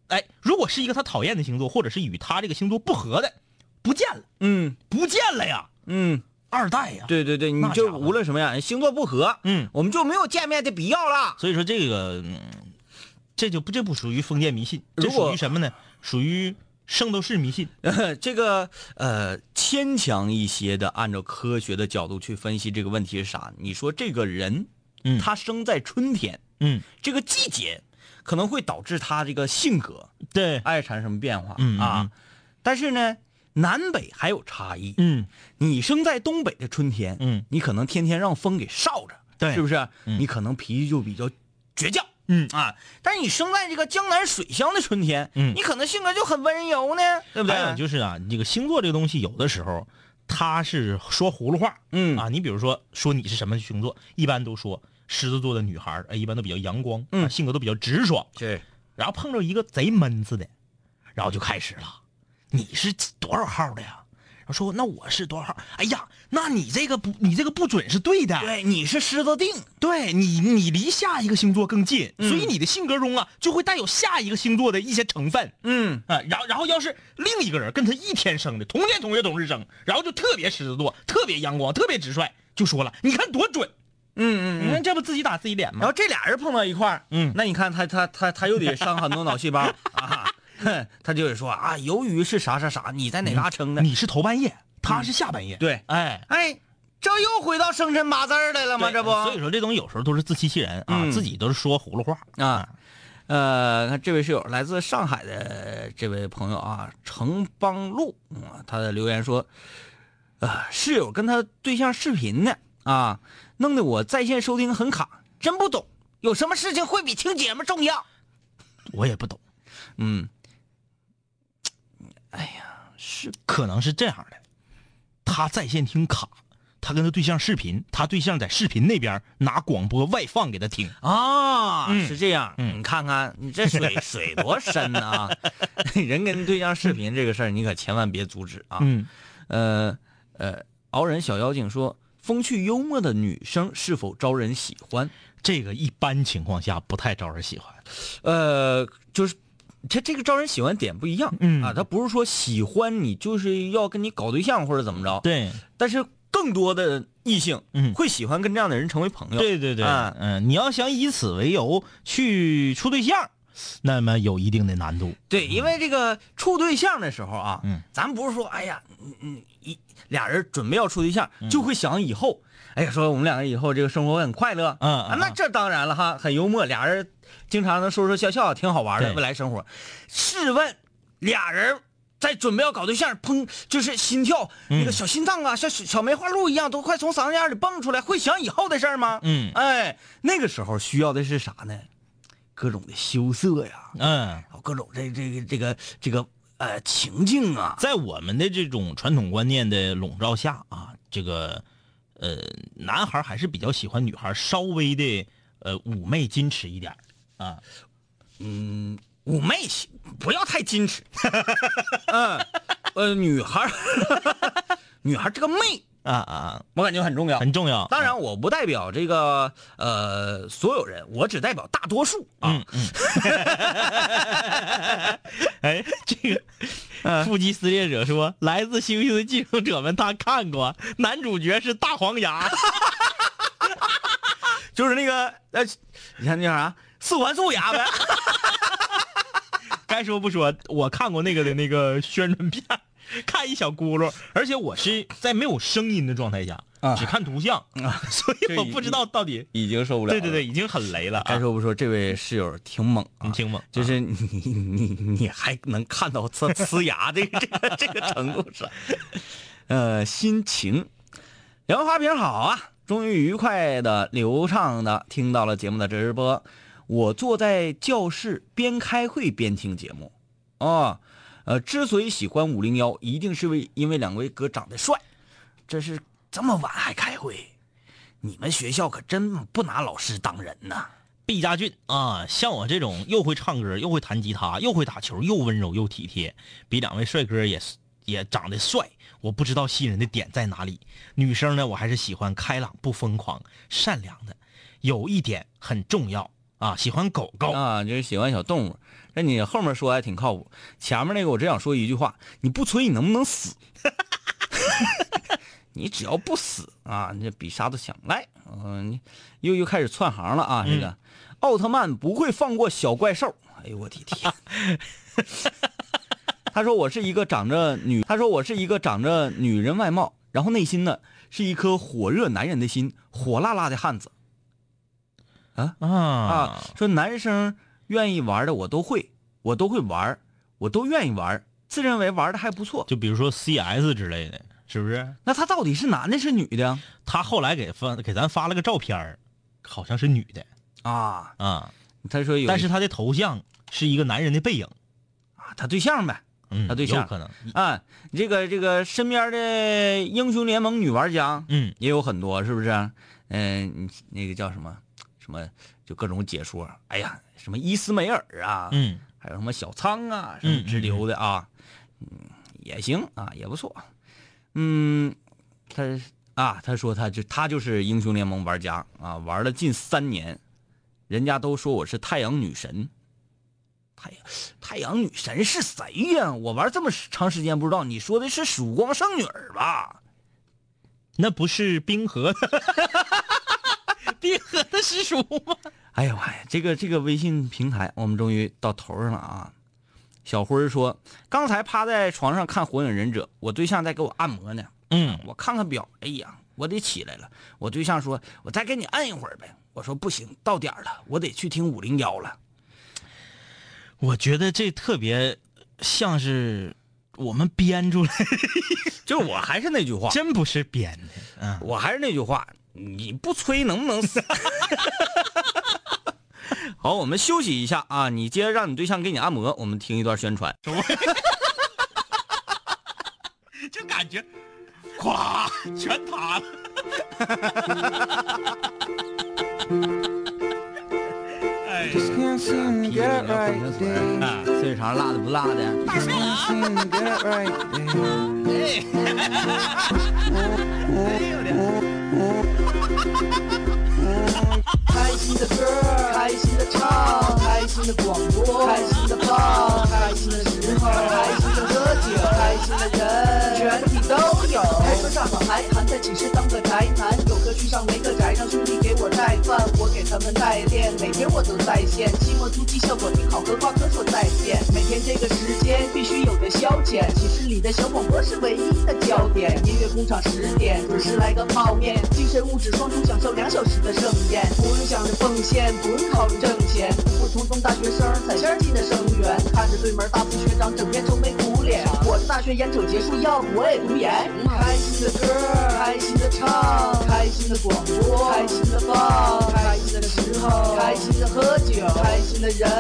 Speaker 9: 哎，如果是一个他讨厌的星座，或者是与他这个星座不合的，不见了，
Speaker 10: 嗯
Speaker 9: 不见了呀，
Speaker 10: 嗯，
Speaker 9: 二代呀。，
Speaker 10: 对对对，你
Speaker 9: 那家
Speaker 10: 就
Speaker 9: 伙
Speaker 10: 无论什么样，星座不合，
Speaker 9: 嗯
Speaker 10: 我们就没有见面的必要了。
Speaker 9: 所以说这个、嗯这就不这不属于封建迷信，这
Speaker 10: 如果
Speaker 9: 属于什么呢？属于圣斗士迷信。
Speaker 10: <laughs> 这个呃，牵强一些的，按照科学的角度去分析这个问题是啥？你说这个人，
Speaker 9: 嗯
Speaker 10: 他生在春天，
Speaker 9: 嗯，
Speaker 10: 这个季节可能会导致他这个性格
Speaker 9: 对，
Speaker 10: 爱产生什么变化、
Speaker 9: 嗯嗯
Speaker 10: 啊？但是呢，南北还有差异。
Speaker 9: 嗯，
Speaker 10: 你生在东北的春天，
Speaker 9: 嗯，
Speaker 10: 你可能天天让风给烧着，
Speaker 9: 对
Speaker 10: 是不是？
Speaker 9: 嗯
Speaker 10: 你可能脾气就比较倔强，
Speaker 9: 嗯
Speaker 10: 啊。但是你生在这个江南水乡的春天，
Speaker 9: 嗯
Speaker 10: 你可能性格就很温柔呢，对不对？
Speaker 9: 还有就是啊，这个星座这个东西，有的时候它是说葫芦话，
Speaker 10: 嗯
Speaker 9: 啊，你比如说说你是什么星座，一般都说狮子座的女孩儿，哎，一般都比较阳光，
Speaker 10: 嗯
Speaker 9: 啊性格都比较直爽，
Speaker 10: 对，
Speaker 9: 然后碰着一个贼闷子的，然后就开始了，你是多少号的呀？然后说那我是多少号？哎呀，那你这个不，你这个不准是对的，
Speaker 10: 对，你是狮子定，
Speaker 9: 对你，你离下一个星座更近，
Speaker 10: 嗯
Speaker 9: 所以你的性格中啊，就会带有下一个星座的一些成分。
Speaker 10: 嗯，
Speaker 9: 啊，然后然后要是另一个人跟他一天生的，同年同月同日生，然后就特别狮子座，特别阳光，特别直率，就说了，你看多准，嗯嗯，你看这不自己打自己脸
Speaker 10: 然
Speaker 9: 吗？
Speaker 10: 后这俩人碰到一块儿，
Speaker 9: 嗯
Speaker 10: 那你看他他他他又得伤很多脑细胞
Speaker 9: <laughs>
Speaker 10: 啊， <laughs> 哼他就得说啊，由于是啥啥啥，你在哪嘎称的？
Speaker 9: 你是头半夜，他是下半夜，
Speaker 10: 嗯对
Speaker 9: 哎，
Speaker 10: 哎，这又回到生辰八字儿来了吗？
Speaker 9: 对
Speaker 10: 啊这不，
Speaker 9: 所以说这东西有时候都是自欺欺人啊，
Speaker 10: 嗯
Speaker 9: 自己都是说葫芦话
Speaker 10: 啊，呃，看这位室友来自上海的这位朋友啊，程邦路啊、他的留言说，啊，室友跟他对象视频呢啊，弄得我在线收听很卡，真不懂，有什么事情会比听节目重要？
Speaker 9: 我也不懂，
Speaker 10: 嗯，
Speaker 9: 是可能是这样的，他在线听卡，他跟他对象视频，他对象在视频那边拿广播外放给他听，
Speaker 10: 啊，
Speaker 9: 嗯
Speaker 10: 是这样，
Speaker 9: 嗯
Speaker 10: 你看看你这水水多
Speaker 9: <laughs>
Speaker 10: 深啊！人跟对象视频这个事儿，你可千万别阻止啊！
Speaker 9: 嗯，
Speaker 10: 呃呃，敖人小妖精说，风趣幽默的女生是否招人喜欢？
Speaker 9: 这个一般情况下不太招人喜欢，
Speaker 10: 呃，就是他这个招人喜欢点不一样，
Speaker 9: 嗯
Speaker 10: 啊，他不是说喜欢你就是要跟你搞对象或者怎么着，，
Speaker 9: 对。
Speaker 10: 但是更多的异性，
Speaker 9: 嗯
Speaker 10: 会喜欢跟这样的人成为朋友，
Speaker 9: 对对对，
Speaker 10: 啊
Speaker 9: 嗯，你要想以此为由去处对象，那么有一定的难度。
Speaker 10: 对，因为这个处对象的时候啊，
Speaker 9: 嗯，
Speaker 10: 咱不是说，哎呀，嗯嗯，一俩人准备要处对象，
Speaker 9: 嗯
Speaker 10: 就会想以后，哎呀，说我们两个以后这个生活会很快乐，
Speaker 9: 嗯
Speaker 10: 啊
Speaker 9: 嗯
Speaker 10: 那这当然了哈，很幽默，俩人经常能说说笑笑，挺好玩的，
Speaker 9: 对
Speaker 10: 未来生活。试问，俩人在准备要搞对象，砰，就是心跳、那个小心脏啊，像小小梅花鹿一样，都快从嗓子眼里蹦出来，会想以后的事儿吗？
Speaker 9: 嗯
Speaker 10: 哎，那个时候需要的是啥呢？各种的羞涩呀，
Speaker 9: 嗯，
Speaker 10: 然后各种这这个这个这个呃情境啊，
Speaker 9: 在我们的这种传统观念的笼罩下啊，这个呃，男孩还是比较喜欢女孩稍微的呃妩媚矜持一点儿啊。
Speaker 10: 嗯，妩媚些不要太矜持， <laughs> 嗯，呃，女孩儿， <laughs> 女孩儿这个媚，
Speaker 9: 啊啊，
Speaker 10: 我感觉很重要。
Speaker 9: 很重
Speaker 10: <laughs>
Speaker 9: 要。
Speaker 10: 当然，我不代表这个呃所有人，我只代表大多数啊。
Speaker 9: 哎，这个腹肌撕裂者说，来自星星的继承者们，他看过，男主角是大黄牙。
Speaker 10: 就是那个呃，你看那啊叫啥，四环 <laughs> 素牙呗。
Speaker 9: <laughs> 该说不说，我看过那个的那个宣传片， <laughs> 看一小轱辘，而且我是在没有声音的状态下，
Speaker 10: 啊
Speaker 9: 只看图像， <laughs> 所以我不知道到底。
Speaker 10: 已经受不
Speaker 9: 对对对，，已经很雷了、啊。
Speaker 10: 该说不说，这位室友挺猛啊，
Speaker 9: 你听吗？
Speaker 10: 就是你你你还能看到呲呲牙的这个这个程度上，呃，心情。杨花瓶好啊，终于愉快的、流畅的听到了节目的直播。我坐在教室边开会边听节目，啊、呃，之所以喜欢五零幺，一定是为因为两位哥长得帅。这是这么晚还开会，你们学校可真不拿老师当人呐！
Speaker 9: 毕家俊啊，像我这种又会唱歌，又会弹吉他，又会打球，又温柔又体贴，比两位帅哥也是也长得帅。我不知道吸引人的点在哪里。女生呢，我还是喜欢开朗、不疯狂、善良的。有一点很重要啊，喜欢狗狗。
Speaker 10: 啊，就是喜欢小动物。那你后面说还挺靠谱，前面那个我只想说一句话：你不吹，你能不能死？ <laughs> 你只要不死啊，你这比啥都强。来，嗯、又又开始窜行了啊！这个、奥特曼不会放过小怪兽。哎呦我的天！ <laughs> 他说我是一个长着女，他说我是一个长着女人外貌，然后内心呢是一颗火热男人的心，火辣辣的汉子
Speaker 9: 啊
Speaker 10: 啊！说男生愿意玩的我都会，我都会玩，我都愿意玩，自认为玩的还不错。
Speaker 9: 就比如说 CS 之类的，是不是？
Speaker 10: 那他到底是男的是女的呀
Speaker 9: 他后来给发给咱发了个照片儿好像是女的
Speaker 10: 啊？
Speaker 9: 啊，
Speaker 10: 他说有一，
Speaker 9: 但是他的头像是一个男人的背影，
Speaker 10: 啊他对象呗。
Speaker 9: 嗯，
Speaker 10: 他对象
Speaker 9: 有可能，
Speaker 10: 啊，这个这个身边的英雄联盟女玩家，
Speaker 9: 嗯，
Speaker 10: 也有很多，是不是？嗯、你那个叫什么什么，就各种解说，哎呀，什么伊斯梅尔啊，
Speaker 9: 嗯，
Speaker 10: 还有什么小仓啊，什么之流的啊，嗯，也行啊，也不错。嗯，他啊，他说他就他就是英雄联盟玩家啊，玩了近三年，人家都说我是太阳女神。太阳太阳女神是谁呀、我玩这么长时间不知道，你说的是曙光圣女儿吧？
Speaker 9: 那不是冰河，冰河的师叔吗？
Speaker 10: 哎呀妈呀，这个这个微信平台，我们终于到头上了啊！小辉儿说，刚才趴在床上看《火影忍者》，我对象在给我按摩呢。
Speaker 9: 嗯，
Speaker 10: 我看看表，哎呀，我得起来了。我对象说，我再给你按一会儿呗。我说不行，到点儿了，我得去听五零幺了。
Speaker 9: 我觉得这特别像是我们编出来的，
Speaker 10: 就是我还是那句话，
Speaker 9: 真不是编的。嗯，
Speaker 10: 我还是那句话，你不吹能不能死？ <laughs> 好，我们休息一下啊！你接着让你对象给你按摩，我们听一段宣传。
Speaker 9: 就感觉，咵，全塌了。
Speaker 10: 岁数长辣的不辣的？
Speaker 11: 开心的歌儿，开心的唱，开心的广播，开心的放，开心的时候，开心的喝酒，开心的人，全体都有。开车上好还谈，在寝室当个宅男，有歌去上没个宅，让兄弟给我带饭，我给他们带练，每天我都在线。期末突击效果挺好，和瓜哥说再见。每天这个时间必须有的消遣，寝室里的小广播是唯一的焦点。音乐工厂十点准时来个泡面，精神物质双重享受两小时的盛宴，不用想着奉献，不用考虑挣钱，普普通通大学生彩线进的生源，看着对门大四学长整天愁眉苦脸，我的大学烟酒结束，要不我也读研。开心的歌，开心的唱，开心的广播，开心的放，开心的时候，开心的喝酒，开心的人，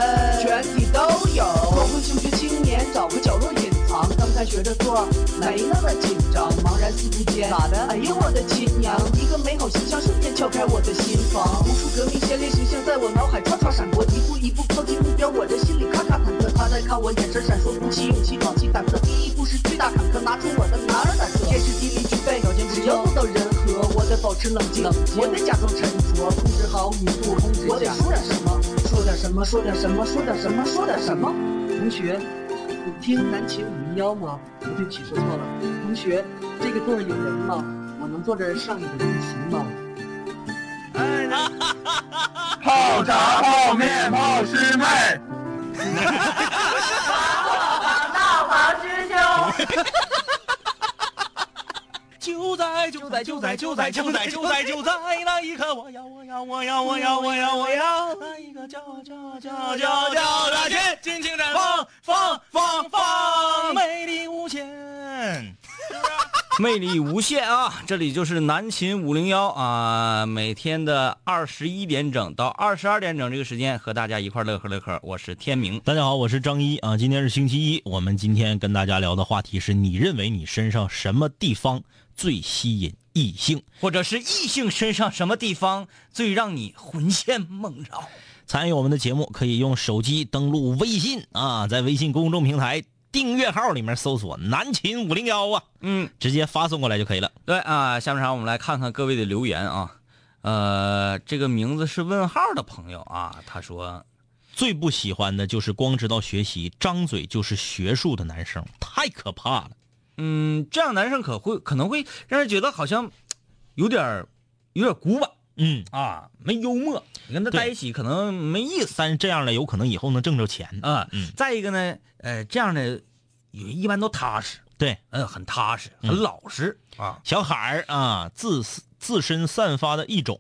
Speaker 11: 全体都有。光辉休学青年，找个角落隐藏，刚才学着做，没那么紧张，茫然四顾间，咋的？哎呦我的亲娘！一个美好形象瞬间敲开我的心房，无数革命先烈形象在我脑海唰唰闪过，一步一步靠近目标，我这心里咔咔忐忑，他在看我眼神闪烁，鼓起勇气壮起胆子，第一步是巨大坎坷，拿出我的男儿胆色，天时地利具备，条件只要做到人和，我得保持冷静，我得假装沉着，控制好语速，我得说点什么，说点什么，说点什么，说点什么，说点什么。同学，你听南琴五零幺吗？不对不起，说错了。同学，这个座儿有人吗？我能坐这儿上一节自习吗？
Speaker 9: 就在就在就在就在就在就在就在那一刻，我要我要我要我要我要我要那一个叫叫叫叫叫的天，尽情绽放放放放，美丽无限。
Speaker 10: 魅力无限啊！这里就是南秦五零幺啊，每天的二十一点整到二十二点整这个时间，和大家一块乐呵乐呵。我是天明，
Speaker 9: 大家好，我是张一啊，今天是星期一，我们今天跟大家聊的话题是你认为你身上什么地方最吸引异性？
Speaker 10: 或者是异性身上什么地方最让你魂牵梦绕？
Speaker 9: 参与我们的节目，可以用手机登录微信啊，在微信公众平台订阅号里面搜索“南秦五零幺”啊，
Speaker 10: 嗯，
Speaker 9: 直接发送过来就可以了。
Speaker 10: 对啊，下面场我们来看看各位的留言啊。呃，这个名字是问号的朋友啊，他说
Speaker 9: 最不喜欢的就是光知道学习、张嘴就是学术的男生，太可怕了。
Speaker 10: 嗯，这样男生可会可能会让人觉得好像有点儿有点古板，
Speaker 9: 嗯
Speaker 10: 啊，没幽默，你跟他在一起可能没意思。
Speaker 9: 但是这样的有可能以后能挣着钱
Speaker 10: 啊。再一个呢，呃，这样的人一般都踏实，
Speaker 9: 对，
Speaker 10: 嗯，很踏实，很老实、啊。
Speaker 9: 小孩儿啊，自自身散发的一种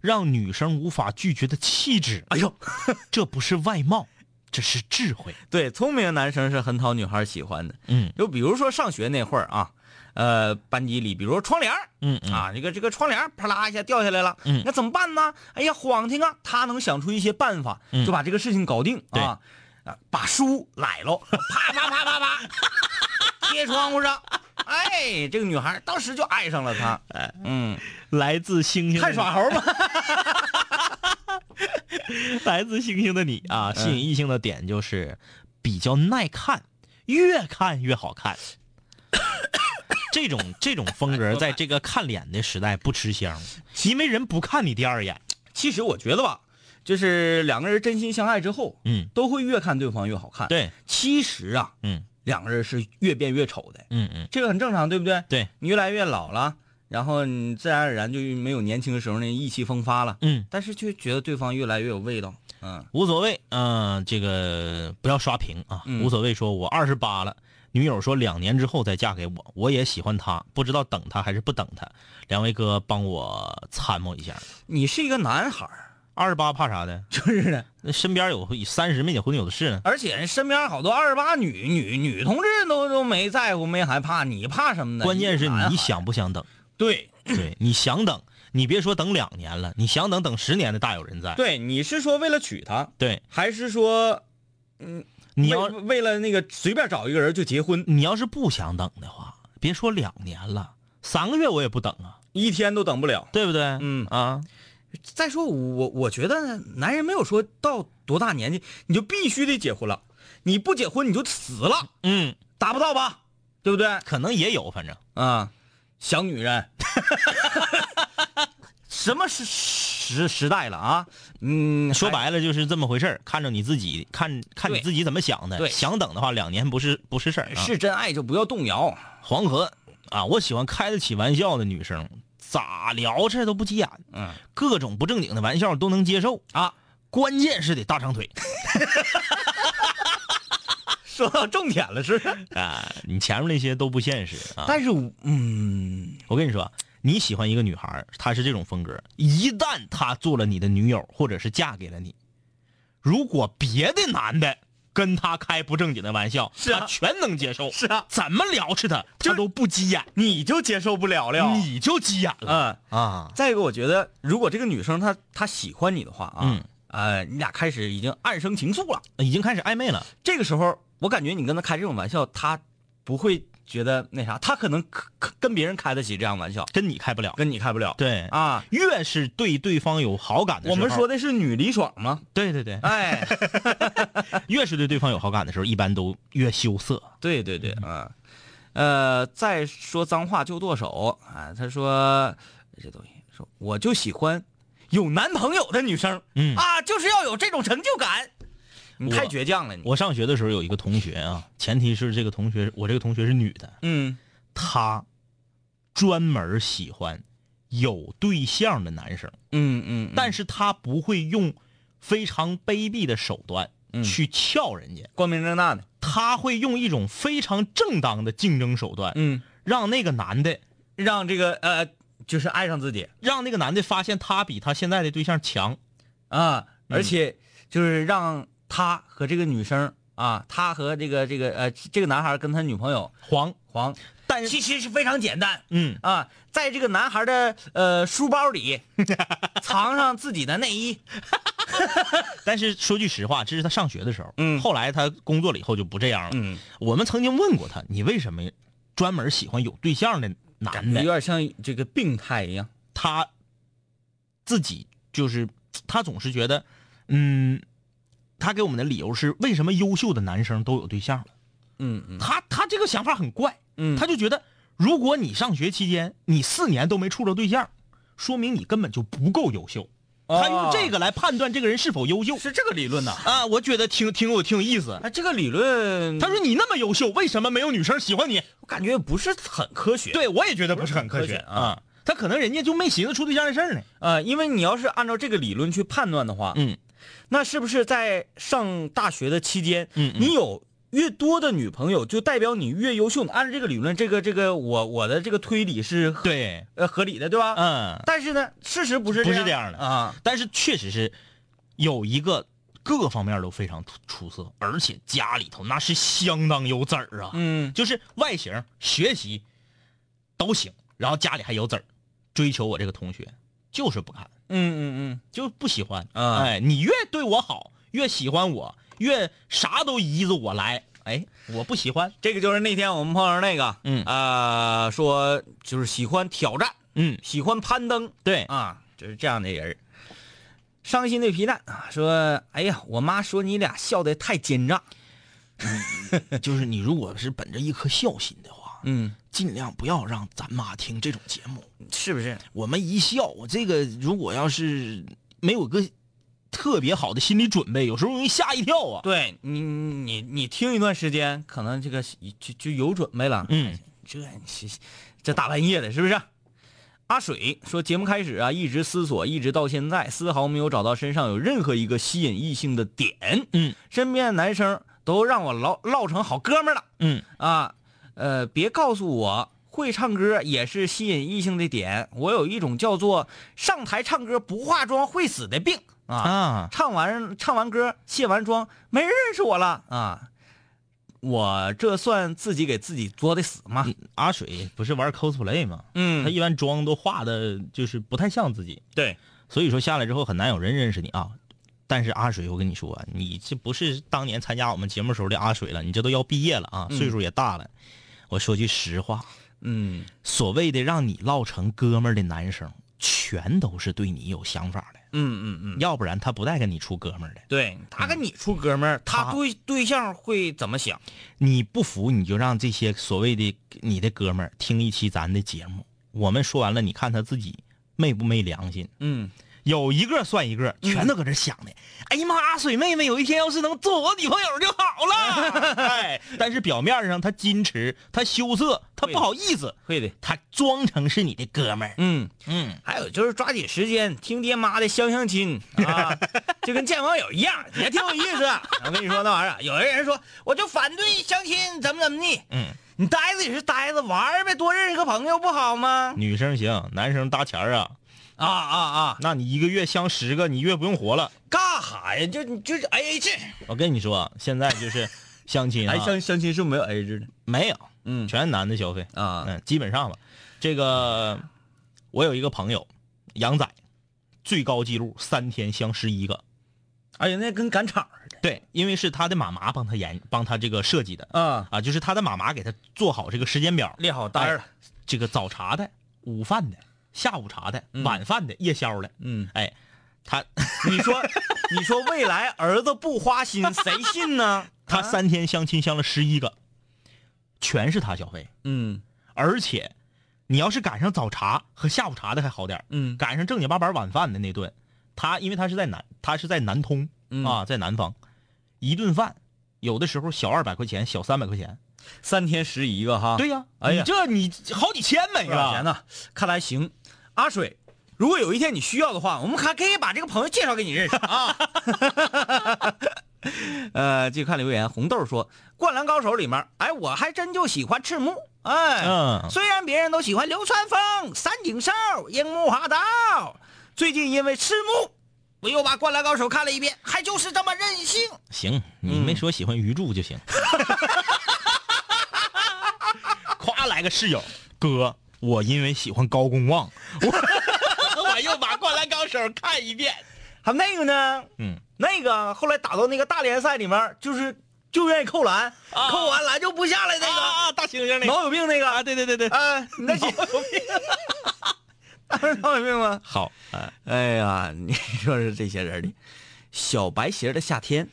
Speaker 9: 让女生无法拒绝的气质。
Speaker 10: 哎呦，
Speaker 9: <laughs> 这不是外貌，这是智慧。
Speaker 10: 对，聪明的男生是很讨女孩喜欢的。
Speaker 9: 嗯，
Speaker 10: 就比如说上学那会儿啊，呃，班级里，比如说窗帘儿
Speaker 9: 嗯嗯
Speaker 10: 啊，这个这个窗帘儿啪啦一下掉下来了，
Speaker 9: 嗯
Speaker 10: 那怎么办呢？哎呀，晃听啊，他能想出一些办法，
Speaker 9: 嗯
Speaker 10: 就把这个事情搞定
Speaker 9: 对
Speaker 10: 啊，啊把书来了，啪啪啪啪啪，贴窗户上，哎，这个女孩当时就爱上了他，
Speaker 9: 哎
Speaker 10: 嗯，
Speaker 9: 来自星星的
Speaker 10: 看
Speaker 9: 你
Speaker 10: 耍猴吧。
Speaker 9: <laughs> 来自星星的你啊，吸引异性的点就是比较耐看，越看越好
Speaker 10: <laughs>
Speaker 9: 看。这种这种风格，在这个看脸的时代不吃香，因为人不看你第二眼。
Speaker 10: 其实我觉得吧，就是两个人真心相爱之后，
Speaker 9: 嗯，
Speaker 10: 都会越看对方越好看。，
Speaker 9: 对，
Speaker 10: 其实啊，
Speaker 9: 嗯
Speaker 10: 两个人是越变越丑的，
Speaker 9: 嗯嗯，
Speaker 10: 这个很正常，对不对？
Speaker 9: 对，
Speaker 10: 你越来越老了，然后你自然而然就没有年轻的时候那意气风发了。
Speaker 9: 嗯，
Speaker 10: 但是却觉得对方越来越有味道。嗯，
Speaker 9: 无所谓，嗯、这个不要刷屏啊，
Speaker 10: 嗯
Speaker 9: 无所谓。说我二十八了，女友说两年之后再嫁给我，我也喜欢她，不知道等她还是不等她。两位哥帮我参谋一下，
Speaker 10: 你是一个男孩儿，
Speaker 9: 二十八怕啥的？
Speaker 10: 就是的，
Speaker 9: 那身边有三十没结婚有的是呢。
Speaker 10: 而且身边好多二十八女女女同志都都没在乎，没害怕，你怕什么呢？
Speaker 9: 关键是
Speaker 10: 个男孩
Speaker 9: 你
Speaker 10: 儿
Speaker 9: 想不想等？
Speaker 10: 对
Speaker 9: 对，你想等，你别说等两年了，你想等等十年的大有人在。
Speaker 10: 对，你是说为了娶她，
Speaker 9: 对，
Speaker 10: 还是说
Speaker 9: 你
Speaker 10: 为
Speaker 9: 要
Speaker 10: 为了那个随便找一个人就结婚，
Speaker 9: 你要是不想等的话，别说两年了，三个月我也不等啊，
Speaker 10: 一天都等不了。
Speaker 9: 对不对？
Speaker 10: 嗯
Speaker 9: 啊，
Speaker 10: 再说我我觉得男人没有说到多大年纪你就必须得结婚了，你不结婚你就死了，
Speaker 9: 嗯，
Speaker 10: 达不到吧？对不对？
Speaker 9: 可能也有，反正
Speaker 10: 啊，想女人， <laughs> 什么时时时代了啊？嗯，
Speaker 9: 说
Speaker 10: 还
Speaker 9: 白了就是这么回事儿看着你自己，看看你
Speaker 10: 对
Speaker 9: 自己怎么想的。
Speaker 10: 对
Speaker 9: 想等的话，两年不是不是事儿、啊。
Speaker 10: 是真爱就不要动摇。
Speaker 9: 黄河啊，我喜欢开得起玩笑的女生，咋聊着都不急眼，
Speaker 10: 嗯，
Speaker 9: 各种不正经的玩笑都能接受啊。 <laughs> 关键是得大长
Speaker 10: <laughs>
Speaker 9: 腿
Speaker 10: 说到重点了是，
Speaker 9: 啊！你前面那些都不现实啊。
Speaker 10: 但是我嗯，
Speaker 9: 我跟你说，你喜欢一个女孩儿，她是这种风格，一旦她做了你的女友，或者是嫁给了你，如果别的男的跟她开不正经的玩笑，
Speaker 10: 是啊
Speaker 9: 她全能接受，
Speaker 10: <laughs> 是啊
Speaker 9: 怎么聊是她，她
Speaker 10: 就是
Speaker 9: 都不急眼，
Speaker 10: 你就接受不了了，
Speaker 9: 你就急眼了
Speaker 10: 嗯。
Speaker 9: 啊！
Speaker 10: 再一个，我觉得如果这个女生她她喜欢你的话啊，
Speaker 9: 嗯
Speaker 10: 呃，你俩开始已经暗生情愫了。
Speaker 9: 已经开始暧昧了，
Speaker 10: 这个时候，我感觉你跟她开这种玩笑，她不会觉得那啥，她可能可可跟别人开得起这样玩笑，
Speaker 9: 跟你开不了。
Speaker 10: 跟你开不了。
Speaker 9: 对
Speaker 10: 啊，
Speaker 9: 越是对对方有好感的时
Speaker 10: 我
Speaker 9: 候，
Speaker 10: 们说的是女李爽
Speaker 9: <laughs>
Speaker 10: 吗？
Speaker 9: 对对对，
Speaker 10: 哎，
Speaker 9: 越是对对方有好感的时候，一般都越羞涩。
Speaker 10: 对对对，啊，呃，再说脏话就剁手啊。他说哎这东西，说我就喜欢有男朋友的女生，
Speaker 9: 嗯
Speaker 10: 啊，就是要有这种成就感。你
Speaker 9: 我
Speaker 10: 太倔强了你，
Speaker 9: 我上学的时候有一个同学啊，前提是这个同学，我这个同学是女的，
Speaker 10: 嗯，
Speaker 9: 她专门喜欢有对象的男生，
Speaker 10: 嗯嗯，
Speaker 9: 但
Speaker 10: 是
Speaker 9: 是她不会用非常卑鄙的手段去撬人家，
Speaker 10: 光明正大的，
Speaker 9: 她会用一种非常正当的竞争手段，
Speaker 10: 嗯，
Speaker 9: 让那个男的
Speaker 10: 让这个呃，就是爱上自己
Speaker 9: 让那个男的发现他比他现在的对象强。
Speaker 10: 啊，而且就是让他和这个女生啊，他和这个这个呃这个男孩跟他女朋友
Speaker 9: 黄，
Speaker 10: 黄，
Speaker 9: 但
Speaker 10: 其实是非常简单，
Speaker 9: 嗯，
Speaker 10: 啊，在这个男孩的呃书包 <laughs> 里藏上自己的内衣。
Speaker 9: 但是说句实话，这是他上学的时候，
Speaker 10: 嗯
Speaker 9: 后来他工作了以后就不这样了。
Speaker 10: 嗯，
Speaker 9: 我们曾经问过他，你为什么专门喜欢有对象的男
Speaker 10: 感啊觉有
Speaker 9: 的？
Speaker 10: 点像这个病态一样。
Speaker 9: 他自己就是他总是觉得，嗯，他给我们的理由是为什么优秀的男生都有对象了？
Speaker 10: 嗯嗯
Speaker 9: 他他这个想法很怪，
Speaker 10: 嗯
Speaker 9: 他就觉得如果你上学期间你四年都没处着对象，说明你根本就不够优秀。他用这个来判断这个人是否优秀
Speaker 10: 哦是这个理论呐、啊。
Speaker 9: 啊，我觉得挺挺有挺有意思。
Speaker 10: 这个理论，
Speaker 9: 他说你那么优秀，为什么没有女生喜欢你？
Speaker 10: 我感觉也不是很科学。
Speaker 9: 对，我也觉得不是很科
Speaker 10: 科
Speaker 9: 学
Speaker 10: 学
Speaker 9: 啊。他可能人家就没寻思处对象的事儿呢。
Speaker 10: 呃，因为你要是按照这个理论去判断的话，
Speaker 9: 嗯，
Speaker 10: 那是不是在上大学的期间，
Speaker 9: 嗯嗯
Speaker 10: 你有越多的女朋友，就代表你越优秀？按照这个理论，这个这个我我的这个推理是合
Speaker 9: 对，
Speaker 10: 呃合理的，对吧？，
Speaker 9: 嗯，
Speaker 10: 但是呢，事实不是
Speaker 9: 不是
Speaker 10: 这
Speaker 9: 这样的
Speaker 10: 啊，
Speaker 9: 但是确实是有一个各方面都非常出出色，而且家里头那是相当有子儿啊。
Speaker 10: 嗯
Speaker 9: 就是外形、学习都行，然后家里还有子儿，追求我这个同学就是不看，
Speaker 10: 嗯嗯
Speaker 9: 就不喜欢。
Speaker 10: 啊
Speaker 9: 哎，你越对我好，越喜欢我，越啥都依着我来。哎，我不喜欢
Speaker 10: 嗯，。这个就是那天我们碰上那个，
Speaker 9: 嗯
Speaker 10: 啊、说就是喜欢挑战，
Speaker 9: 嗯，
Speaker 10: 喜欢攀登，
Speaker 9: 对，
Speaker 10: 啊，就是这样的人儿。伤心的皮蛋啊，说：“哎呀，我妈说你俩笑的太奸诈。
Speaker 9: 就是你如果是本着一颗孝心的话”，
Speaker 10: 嗯，
Speaker 9: 尽量不要让咱妈听这种节目。
Speaker 10: 是不是？
Speaker 9: 我们一笑，我这个如果要是没有个特别好的心理准备，有时候容易吓一跳啊。
Speaker 10: 对你，你你听一段时间，可能这个就就有准备了。
Speaker 9: 嗯，
Speaker 10: 这这这大半夜的，是不是？阿水说，节目开始啊，一直思索，一直到现在，丝毫没有找到身上有任何一个吸引异性的点。
Speaker 9: 嗯，
Speaker 10: 身边的男生都让我唠唠成好哥们儿了。
Speaker 9: 嗯
Speaker 10: 啊，呃，别告诉我会唱歌也是吸引异性的点。我有一种叫做上台唱歌不化妆会死的病啊。
Speaker 9: 啊，
Speaker 10: 唱完唱完歌，卸完妆，没人认识我了啊！我这算自己给自己作的死吗？
Speaker 9: 阿水不是玩 cosplay 吗？
Speaker 10: 嗯
Speaker 9: 他一般妆都画的，就是不太像自己，
Speaker 10: 对，
Speaker 9: 所以说下来之后很难有人认识你啊。但是阿水，我跟你说啊，你这不是当年参加我们节目时候的阿水了，你这都要毕业了啊，岁数也大了。我说句实话，
Speaker 10: 嗯
Speaker 9: 所谓的让你唠成哥们儿的男生，全都是对你有想法的，
Speaker 10: 嗯嗯嗯，
Speaker 9: 要不然他不带跟你处哥们儿的。
Speaker 10: 对他跟你处哥们儿，嗯他对对象会怎么想？
Speaker 9: 你不服，你就让这些所谓的你的哥们儿听一期咱的节目。我们说完了，你看他自己昧不昧良心？
Speaker 10: 嗯，
Speaker 9: 有一个算一个，全都搁这想的。哎呀妈，阿水妹妹有一天要是能做我女朋友就好了。
Speaker 10: 嗯
Speaker 9: 哎，但是表面上他矜持，他羞涩，他不好意思，
Speaker 10: 会的。
Speaker 9: 他装成是你的哥们儿。
Speaker 10: 嗯，
Speaker 9: 嗯，
Speaker 10: 还有就是抓紧时间听爹妈的相相亲 <laughs> 啊，就跟见网友一样，也挺有意 <laughs> 思。我跟你说那玩意儿，有的人说我就反对相亲，怎么怎么地。
Speaker 9: 嗯，
Speaker 10: 你呆子也是呆子，玩儿呗，多认识个朋友不好吗？
Speaker 9: 女生行，男生搭钱儿啊。
Speaker 10: 啊啊啊！
Speaker 9: 那你一个月相十个，你越不用活了。
Speaker 10: 干哈呀？就你就是哎呀这，哎
Speaker 9: 我跟你说啊，现在
Speaker 10: <laughs>
Speaker 9: 就是相亲啊，
Speaker 10: 相亲是没有 A 制的。
Speaker 9: 没有，
Speaker 10: 嗯
Speaker 9: 全是男的消费
Speaker 10: 啊
Speaker 9: 嗯，基本上吧。这个我有一个朋友，杨仔，最高记录三天相十一个，
Speaker 10: 哎呀，那跟赶场似的。
Speaker 9: 对，因为是他的妈妈帮他研帮他这个设计的
Speaker 10: 啊，
Speaker 9: 啊，就是他的妈妈给他做好这个时间表，
Speaker 10: 列好单儿了
Speaker 9: 哎这个早茶的、午饭的、下午茶的、晚饭的、夜宵的，
Speaker 10: 嗯，
Speaker 9: 哎，他
Speaker 10: <laughs> 你说，你说未来儿子不花心，谁信呢？
Speaker 9: 他三天相亲相了十一个，全是他消费，
Speaker 10: 嗯
Speaker 9: 而且你要是赶上早茶和下午茶的还好点儿
Speaker 10: 嗯
Speaker 9: 赶上正经八板晚饭的那顿，他因为他是在南，他是在南通、
Speaker 10: <laughs> 嗯
Speaker 9: 啊，在南方，一顿饭有的时候小二百块钱，小三百块钱，
Speaker 10: 三天十一个哈。
Speaker 9: 对呀、
Speaker 10: 哎呀
Speaker 9: 你这你好几千每
Speaker 10: 多少钱
Speaker 9: 个，
Speaker 10: 呢？看来行。阿水，如果有一天你需要的话，我们还可以把这个朋友介绍给你认识啊。 <laughs> 呃，继续看留言，红豆说，《灌篮高手》里面，哎，我还真就喜欢赤木，哎，
Speaker 9: 嗯
Speaker 10: 虽然别人都喜欢流川枫、三井寿、樱木花道，最近因为赤木，我又把《灌篮高手》看了一遍，还就是这么任性。
Speaker 9: 行，你没说喜欢鱼柱就 <laughs> 行，夸来个室友哥，我因为喜欢高公望，我我又把《灌篮高手》看一遍，
Speaker 10: 还有那个呢，
Speaker 9: 嗯，
Speaker 10: 那个后来打到那个大联赛里面，就是就愿意扣篮，扣完篮就不下来那个。
Speaker 9: 啊，大猩猩那个
Speaker 10: 脑有病那个
Speaker 9: 啊，对对对对，
Speaker 10: 啊啊，你 <laughs> 那脑有病，当然脑有病吗？
Speaker 9: 好啊。
Speaker 10: 哎呀，你说是这些人的小白鞋的夏天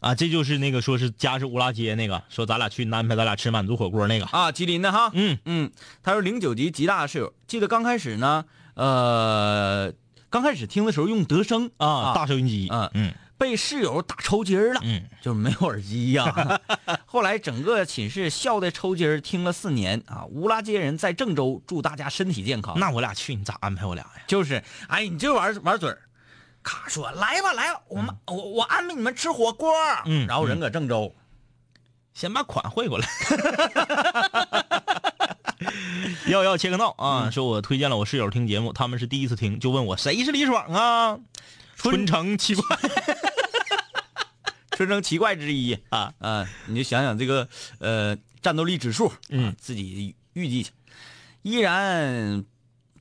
Speaker 9: 啊，这就是那个说是家是乌拉街那个，说咱俩去安排咱俩吃满族火锅那个。
Speaker 10: 啊，吉林的哈，
Speaker 9: 嗯
Speaker 10: 嗯，他说零九级吉大的室友，记得刚开始呢，呃，刚开始听的时候用德声
Speaker 9: 啊，大收音机。
Speaker 10: 嗯
Speaker 9: 嗯，
Speaker 10: 被室友打抽筋儿了，嗯，就是没有耳机呀、 <laughs> 后来整个寝室笑得抽筋儿，听了四年啊，乌拉街人在郑州，祝大家身体健康。
Speaker 9: 那我俩去，你咋安排我俩呀？
Speaker 10: 就是，哎，你这玩意儿玩嘴儿，咔说来吧来吧，我们、我我安排你们吃火锅，
Speaker 9: 嗯
Speaker 10: 然后人搁郑州，
Speaker 9: 先把款汇过 <laughs> 来。要要切个闹啊！说我推荐了我室友听节目，他们是第一次听，就问我谁是李爽啊？春城七怪，
Speaker 10: 春生奇怪之一
Speaker 9: 啊
Speaker 10: 啊，你就想想这个呃战斗力指数，
Speaker 9: 嗯，
Speaker 10: 自己预计去，依然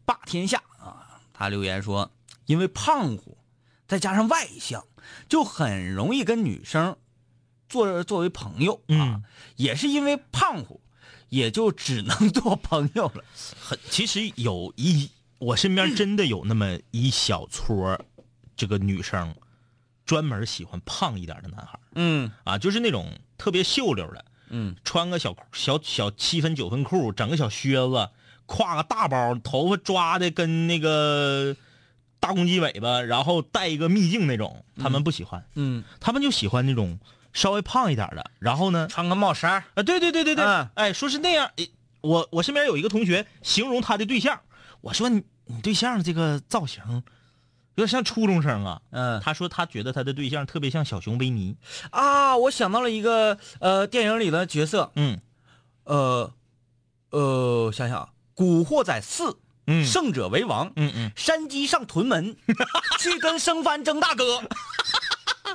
Speaker 10: 霸天下啊。他留言说，因为胖乎，再加上外向，就很容易跟女生做作为朋友啊。
Speaker 9: 嗯
Speaker 10: 也是因为胖乎，也就只能做朋友了。
Speaker 9: 很其实有一我身边真的有那么一小撮儿，这个女生专门喜欢胖一点的男孩儿
Speaker 10: 嗯
Speaker 9: 啊，就是那种特别秀溜的，
Speaker 10: 嗯，
Speaker 9: 穿个小裤小小七分九分裤，整个小靴子，挎个大包，头发抓的跟那个大公鸡尾巴，然后戴一个秘镜那种，他们不喜欢，
Speaker 10: 嗯，
Speaker 9: 他们就喜欢那种稍微胖一点的，然后呢，
Speaker 10: 穿个帽衫儿
Speaker 9: 啊，对对对对对，
Speaker 10: 嗯
Speaker 9: 哎，说是那样，诶我我身边有一个同学形容他的对象，我说你你对象这个造型有点像初中生啊，
Speaker 10: 嗯
Speaker 9: 他说他觉得他的对象特别像小熊维尼，
Speaker 10: 啊，我想到了一个呃电影里的角色，
Speaker 9: 嗯
Speaker 10: 呃呃，想想啊，《古惑仔四》
Speaker 9: 嗯
Speaker 10: 胜者为王，
Speaker 9: 嗯嗯，
Speaker 10: 山鸡上
Speaker 9: <laughs>
Speaker 10: 屯门去跟生番争大哥，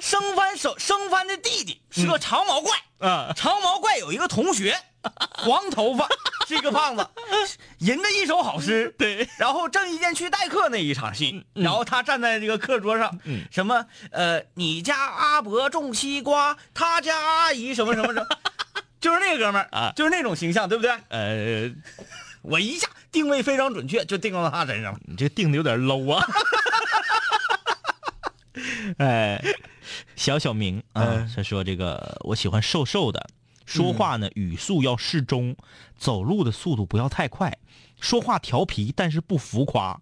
Speaker 10: 生番手生番的弟弟是个长毛怪，
Speaker 9: 啊
Speaker 10: 长毛怪有一个同学，黄头发，是一个
Speaker 9: <laughs>
Speaker 10: 胖子，吟着一首好诗。
Speaker 9: 对，嗯
Speaker 10: 然后郑伊健去代课那一场戏，然后他站在这个课桌上，什么呃，你家阿伯种西瓜，他家阿姨什么什么 <laughs> 什么，就是那个哥们儿
Speaker 9: 啊
Speaker 10: 就是那种形象，对不对？
Speaker 9: 呃，
Speaker 10: 我一下定位非常准确，就定到他身上了。
Speaker 9: 你这定的有点 low 啊。哎， <laughs> 小小明啊，他说这个我喜欢瘦瘦的，说话呢语速要适中，走路的速度不要太快，说话调皮但是不浮夸，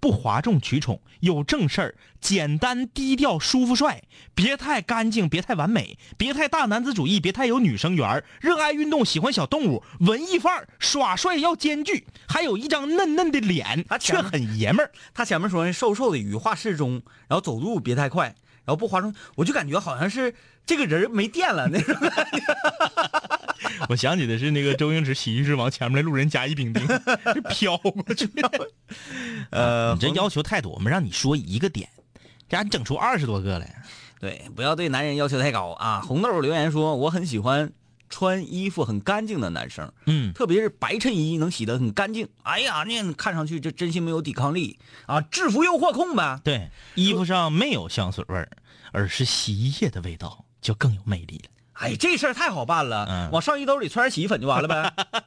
Speaker 9: 不哗众取宠，有正事儿，简单低调舒服帅，别太干净，别太完美，别太大男子主义，别太有女生缘儿，热爱运动，喜欢小动物，文艺范儿，耍帅要兼具，还有一张嫩嫩的脸
Speaker 10: 他，前
Speaker 9: 却
Speaker 10: 面
Speaker 9: 很爷们儿。
Speaker 10: 他前面说人瘦瘦的，语话适中，然后走路别太快，然后不哗众，我就感觉好像是这个人没电了那种。
Speaker 9: 我想起的是那个周星驰喜剧之王前面那路人甲乙丙丁飘过去了。 <laughs> 呃，你这要求太多，我们让你说一个点，这还整出二十多个来。啊
Speaker 10: 对，不要对男人要求太高啊！红豆留言说，我很喜欢穿衣服很干净的男生，
Speaker 9: 嗯，
Speaker 10: 特别是白衬衣能洗得很干净。哎呀，那看上去这真心没有抵抗力啊！制服诱惑控呗。
Speaker 9: 对，衣服上没有香水味儿，而是洗衣液的味道，就更有魅力了。
Speaker 10: 哎，这事儿太好办了，
Speaker 9: 嗯
Speaker 10: 往上衣兜里揣点洗衣粉就完
Speaker 9: <laughs>
Speaker 10: 了呗。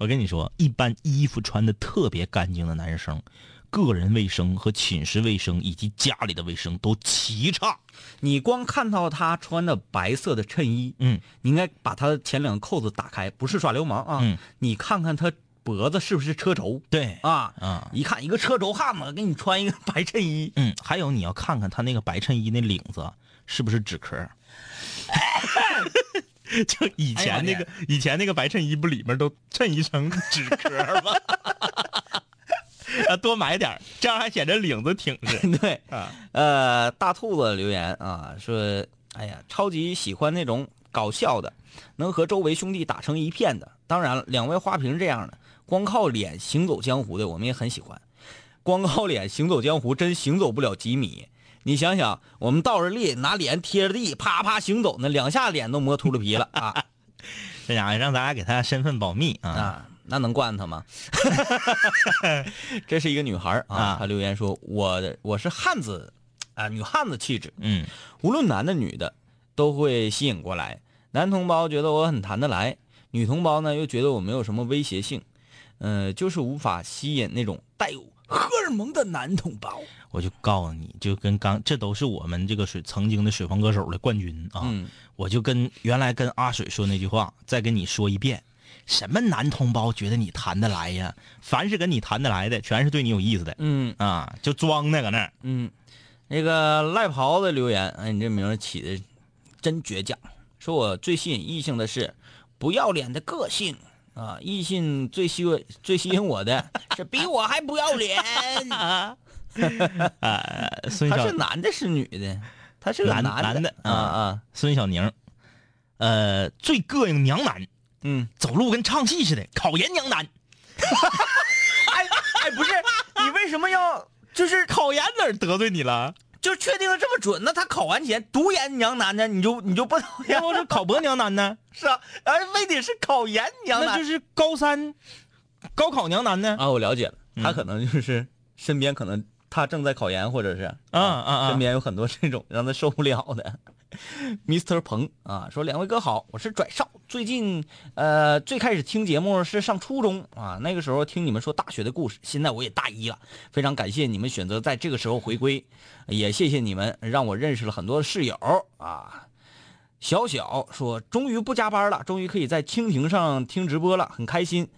Speaker 9: 我跟你说，一般衣服穿的特别干净的男生，个人卫生和寝室卫生以及家里的卫生都极差。
Speaker 10: 你光看到他穿的白色的衬衣，
Speaker 9: 嗯，
Speaker 10: 你应该把他的前两个扣子打开，不是耍流氓啊，
Speaker 9: 嗯
Speaker 10: 你看看他脖子是不是车轴
Speaker 9: 对啊，
Speaker 10: 啊？一看一个车轴汉子给你穿一个白衬衣，
Speaker 9: 嗯，还有你要看看他那个白衬衣那领子是不是纸壳儿。 <laughs> 就以
Speaker 10: 哎呀
Speaker 9: 前
Speaker 10: 我
Speaker 9: 那个、以前那个白衬衣不里面都衬衣成纸壳儿 <laughs> 吗？啊，多买点儿，这样还显着领子挺着。
Speaker 10: <laughs> 对，
Speaker 9: 啊
Speaker 10: 呃，大兔子留言啊，说，哎呀，超级喜欢那种搞笑的，能和周围兄弟打成一片的。当然了，两位花瓶这样的，光靠脸行走江湖的，我们也很喜欢。光靠脸行走江湖，真行走不了几米。你想想，我们倒着立，拿脸贴着地，啪啪行走，那两下脸都磨秃噜皮了
Speaker 9: <laughs>
Speaker 10: 啊
Speaker 9: 这家伙哎让大家给他身份保密啊！
Speaker 10: 啊！那能惯
Speaker 9: <laughs>
Speaker 10: 他吗？这是一个女孩儿啊
Speaker 9: 啊，
Speaker 10: 她留言说：“我我是汉子啊，女汉子气质。”
Speaker 9: 嗯，
Speaker 10: 无论男的女的都会吸引过来。男同胞觉得我很谈得来，女同胞呢又觉得我没有什么威胁性，呃，就是无法吸引那种带有荷尔蒙的男同胞。
Speaker 9: 我就告诉你，就跟刚这都是我们这个水曾经的水房歌手的冠军啊！
Speaker 10: 嗯
Speaker 9: 我就跟原来跟阿水说那句话，再跟你说一遍：什么男同胞觉得你谈得来呀？凡是跟你谈得来的，全是对你有意思的。
Speaker 10: 嗯
Speaker 9: 啊，就装的搁那儿。
Speaker 10: 嗯，那个赖袍子留言，哎，你这名儿起的真倔强。说我最吸引异性的是不要脸的个性啊，异性最吸我最吸引我的是比我还不要脸。
Speaker 9: 孙
Speaker 10: 他
Speaker 9: 小
Speaker 10: 是男的，是女的？他是个
Speaker 9: 男
Speaker 10: 男
Speaker 9: 的
Speaker 10: 啊啊！
Speaker 9: 孙小宁，呃，最膈应娘男，
Speaker 10: 嗯，
Speaker 9: 走路跟唱戏似的，考研娘男，
Speaker 5: 哎哎，不是，你为什么要就是
Speaker 9: 考研哪儿得罪你了？啊
Speaker 10: 就确定的这么准，那他考完前读研娘男呢，你就你就不讨厌
Speaker 9: 然后是考博
Speaker 10: <laughs>
Speaker 9: 娘男呢？
Speaker 10: 是啊？哎，非得是考研娘
Speaker 9: 那
Speaker 10: 男
Speaker 9: 就是高三高考娘男呢？
Speaker 10: 啊，我了解了，
Speaker 9: 嗯
Speaker 10: 他可能就是身边可能他正在考研，或者是
Speaker 9: 啊啊啊
Speaker 10: 身边有很多这种让他受不了的。Mr. 鹏啊，说两位哥好，我是拽少，最近呃最开始听节目是上初中啊，那个时候听你们说大学的故事，现在我也大一了，非常感谢你们选择在这个时候回归，也谢谢你们让我认识了很多室友啊。小小说：“终于不加班了，终于可以在蜻蜓上听直播了，很开心。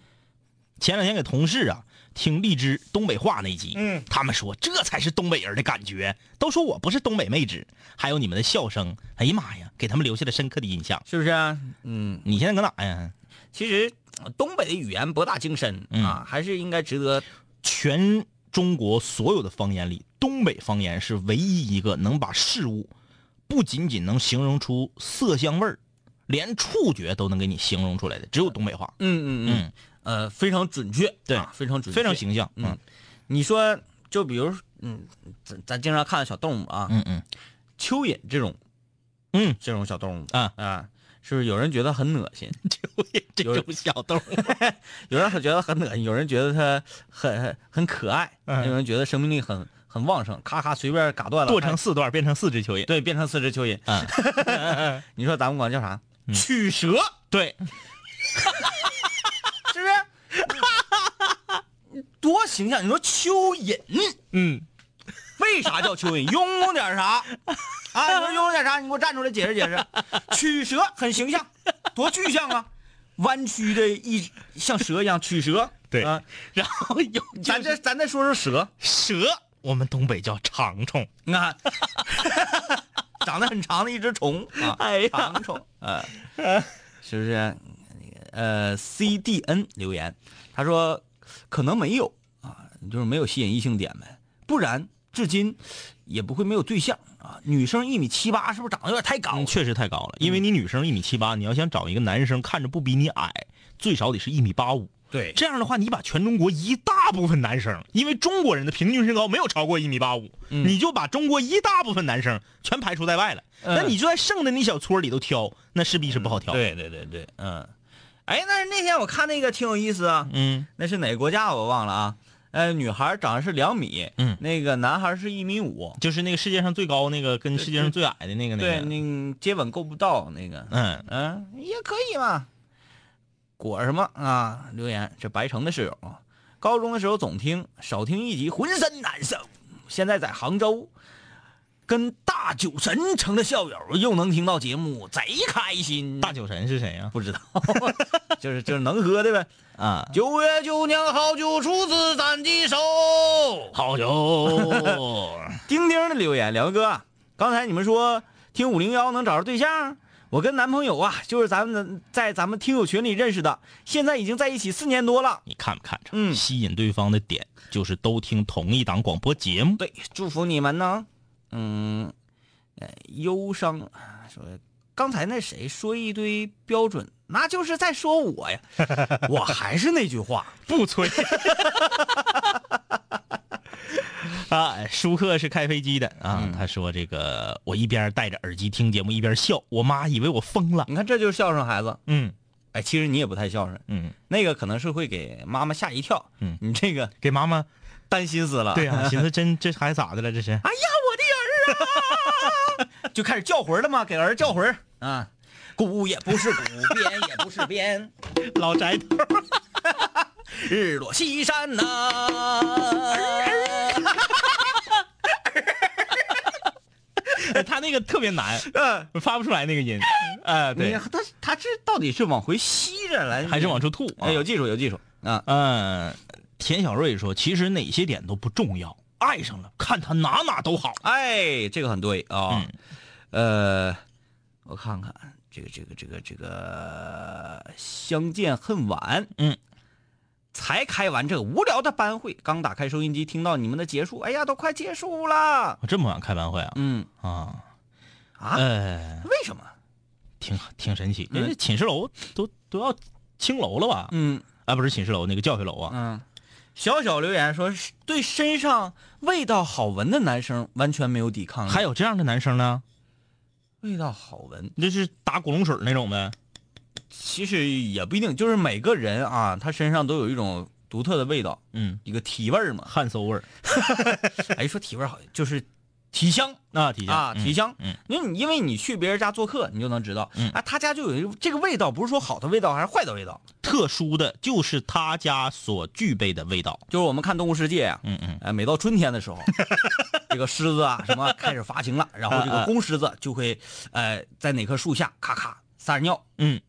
Speaker 9: 前两天给同事啊听荔枝东北话那集，嗯，他们说这才是东北人的感觉，都说我不是东北妹纸，还有你们的笑声，哎呀妈呀，给他们留下了深刻的印象。
Speaker 10: 是不是、啊？嗯，
Speaker 9: 你现在搁哪呀？
Speaker 10: 其实呃东北的语言博大精深、
Speaker 9: 嗯
Speaker 10: 啊，还是应该值得
Speaker 9: 全中国所有的方言里，东北方言是唯一一个能把事物不仅仅能形容出色香味儿，连触觉都能给你形容出来的，只有东北话，
Speaker 10: 嗯
Speaker 9: 嗯，
Speaker 10: 呃，非常准确，
Speaker 9: 对
Speaker 10: 啊非常准确，
Speaker 9: 非常。形象。
Speaker 10: 嗯你说，就比如，嗯，咱咱经常看的小动物啊，
Speaker 9: 嗯
Speaker 10: <laughs>
Speaker 9: 嗯
Speaker 10: 蚯蚓这种
Speaker 9: 嗯
Speaker 10: 这种小动物
Speaker 9: 啊
Speaker 10: 啊，是不是有人觉得很恶心？
Speaker 9: 嗯，这种小动物，
Speaker 10: 有人觉得很恶心，有人觉得它很很可爱，
Speaker 9: 嗯
Speaker 10: 有人觉得生命力很很旺盛，咔咔随便嘎断了，
Speaker 9: <laughs> 剁成四段变成四只蚯蚓。
Speaker 10: 对，变成四只蚯蚓。
Speaker 9: 嗯
Speaker 10: <laughs> 你说咱们管叫啥？
Speaker 9: 曲蛇，对，
Speaker 10: <laughs> 是不是？ <laughs> 多形象！你说蚯蚓，
Speaker 9: 嗯，
Speaker 10: 为啥叫蚯蚓？拥有点啥？啊，你说拥有点啥？你给我站出来解释解释。曲蛇很形象，多具象啊！弯曲的一像蛇一样曲蛇，
Speaker 9: 对
Speaker 10: 啊，
Speaker 9: 然后有
Speaker 10: 咱
Speaker 9: 这
Speaker 10: 这咱再说说蛇，
Speaker 9: 蛇，我们东北叫长虫，
Speaker 10: 你看，啊 <laughs> 长得很长的一只虫啊，
Speaker 9: 哎呀
Speaker 10: 长虫啊， <laughs> 是不是？那个呃，C D N 留言，他说可能没有啊，就是没有吸引异性点呗，不然至今也不会没有对象啊。女生一米七八是不是长得有点太高
Speaker 9: 嗯，
Speaker 10: 了？
Speaker 9: 确实太高了，因为你女生一米七八，你要想找一个男生看着不比你矮，最少得是一米八五。
Speaker 10: 对
Speaker 9: 这样的话，你把全中国一大部分男生，因为中国人的平均身高没有超过一米八五，你就把中国一大部分男生全排除在外了。那你就在剩的那小撮里头挑，那势必是不好挑。，
Speaker 10: 对对对对，嗯。哎，那那天我看那个挺有意思啊，
Speaker 9: 嗯，
Speaker 10: 那是哪个国家我忘了啊？呃，女孩长得是两米，
Speaker 9: 嗯
Speaker 10: 那个男孩是一米五，
Speaker 9: 就是那个世界上最高那个跟世界上最矮的那个那
Speaker 10: 对，
Speaker 9: 个，
Speaker 10: 那个接吻够不到那个，
Speaker 9: 嗯，
Speaker 10: 嗯，也可以嘛。果什么啊？留言这白城的室友啊，高中的时候总听，少听一集浑身难受。现在在杭州，跟大酒神成了校友，又能听到节目，贼开心。
Speaker 9: 大酒神是谁呀、
Speaker 10: 不知道， <laughs> 就是就是能喝的呗。
Speaker 9: 啊，
Speaker 10: 九月九娘好酒出自咱的手。
Speaker 9: 好酒。
Speaker 10: 丁丁的留言，两位哥，刚才你们说听五零幺能找着对象，我跟男朋友啊，就是咱们在咱们听友群里认识的，现在已经在一起四年多了。
Speaker 9: 你看不看着？
Speaker 10: 嗯
Speaker 9: 吸引对方的点就是都听同一档广播节目。
Speaker 10: 对，祝福你们呢。嗯，呃，忧伤说，刚才那谁说一堆标准，那就是在说我 <laughs> 呀。我还是那句话，
Speaker 9: 不 <laughs> 催。啊，舒克是开飞机的啊，他说这个我一边戴着耳机听节目一边笑，我妈以为我疯了。
Speaker 10: 你看这就是孝顺孩子。
Speaker 9: 嗯
Speaker 10: 哎，其实你也不太孝顺，
Speaker 9: 嗯，
Speaker 10: 那个可能是会给妈妈吓一跳。
Speaker 9: 嗯
Speaker 10: 你这个
Speaker 9: 给妈妈
Speaker 10: 担心死了。
Speaker 9: 对啊，寻思真这孩子咋的了？这是
Speaker 10: 哎呀，我的儿啊！ <laughs> 就开始叫魂了嘛，给儿叫魂儿啊。鼓也不是鼓，鞭也不是鞭，
Speaker 9: <laughs> 老宅头。
Speaker 10: <laughs> 日落西山呐、
Speaker 9: 他那个特别难，
Speaker 10: 嗯，
Speaker 9: 发不出来那个音。啊，
Speaker 10: 你
Speaker 9: 对，
Speaker 10: 看他他这到底是往回吸着来，
Speaker 9: 还是往出吐啊
Speaker 10: 哎嗯哎，有技术有技术啊。
Speaker 9: 嗯，田小瑞说，其实哪些点都不重要，爱上了，看他哪哪都好。
Speaker 10: 哎，这个很对啊。呃，我看看这个这个这个这个相见恨晚，
Speaker 9: 嗯，
Speaker 10: 才开完这个无聊的班会，刚打开收音机，听到你们的结束，哎呀，都快结束了，
Speaker 9: 这么晚开班会啊？
Speaker 10: 嗯
Speaker 9: 啊
Speaker 10: 啊，
Speaker 9: 呃，
Speaker 10: 为什么？
Speaker 9: 挺挺神奇。人家寝室楼都都要青楼了吧？
Speaker 10: 嗯，
Speaker 9: 啊，不是寝室楼，那个教学楼啊。
Speaker 10: 嗯，小小留言说是对身上味道好闻的男生完全没有抵抗力，
Speaker 9: 还有这样的男生呢？
Speaker 10: 味道好闻，
Speaker 9: 就是打古龙水那种呗。
Speaker 10: 其实也不一定，就是每个人啊，他身上都有一种独特的味道，
Speaker 9: 嗯，
Speaker 10: 一个体味儿
Speaker 9: <laughs>
Speaker 10: 嘛。
Speaker 9: 汗馊味儿
Speaker 10: 哎，说体味儿好，就是体香
Speaker 9: 啊，体香
Speaker 10: 啊，体香。
Speaker 9: 嗯，
Speaker 10: 因为你因为你去别人家做客，你就能知道，
Speaker 9: 嗯
Speaker 10: 啊，他家就有一个这个味道，不是说好的味道还是坏的味道，
Speaker 9: 特殊的就是他家所具备的味道。
Speaker 10: 就是我们看《动物世界》呀，
Speaker 9: 嗯嗯，
Speaker 10: 哎，每到春天的时候， <laughs> 这个狮子啊什么开始发情了，然后
Speaker 9: 嗯
Speaker 10: 这个公狮子就会，呃，在哪棵树下咔咔撒尿，
Speaker 9: 嗯，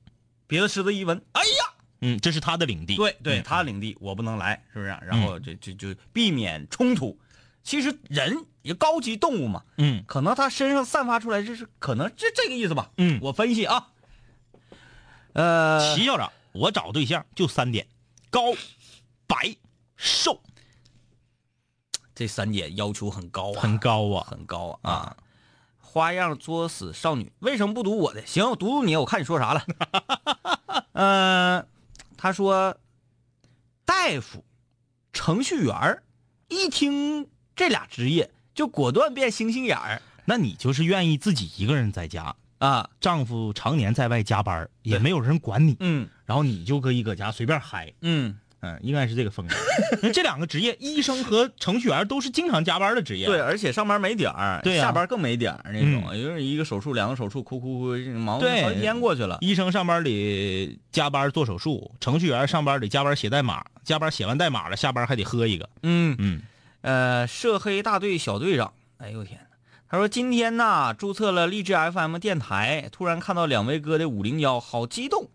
Speaker 10: 别的狮子一闻，哎呀，
Speaker 9: 嗯，这是他的领地。
Speaker 10: 对对，
Speaker 9: 嗯
Speaker 10: 他领地我不能来，是不是？然后这这就避免冲突。其实人也高级动物嘛，
Speaker 9: 嗯
Speaker 10: 可能他身上散发出来，这是可能这这个意思吧？
Speaker 9: 嗯
Speaker 10: 我分析啊，呃，
Speaker 9: 齐校长，我找对象就三点：高、白、瘦，
Speaker 10: 这三点要求很高啊，
Speaker 9: 很高啊。
Speaker 10: 很高啊！啊花样作死少女，为什么不读我的？行，我读读你，我看你说啥 <laughs> 了。嗯、他说，大夫、程序员儿，一听这俩职业就果断变星星眼儿
Speaker 9: 那你就是愿意自己一个人在家，
Speaker 10: 啊。
Speaker 9: 丈夫常年在外加班，也没有人管你，
Speaker 10: 嗯
Speaker 9: 然后你就可以搁家随便嗨。
Speaker 10: 嗯，
Speaker 9: 嗯，应该是这个风格。 <laughs> 那这两个职业，医生和程序员都是经常加班的职业。
Speaker 10: 对，，啊而且上班没点儿，
Speaker 9: 对啊
Speaker 10: 下班更没点儿那种，就是一个手术两个手术，哭哭哭，忙
Speaker 9: 对
Speaker 10: 忙淹过去了。
Speaker 9: 医生上班得加班做手术，程序员上班得加班写代码，加班写完代码了，下班还得喝一个。
Speaker 10: 嗯，
Speaker 9: 嗯，
Speaker 10: 呃，涉黑大队小队长，哎呦天哪！他说今天呐，注册了荔枝 FM 电台，突然看到两位哥的五零幺，好激动。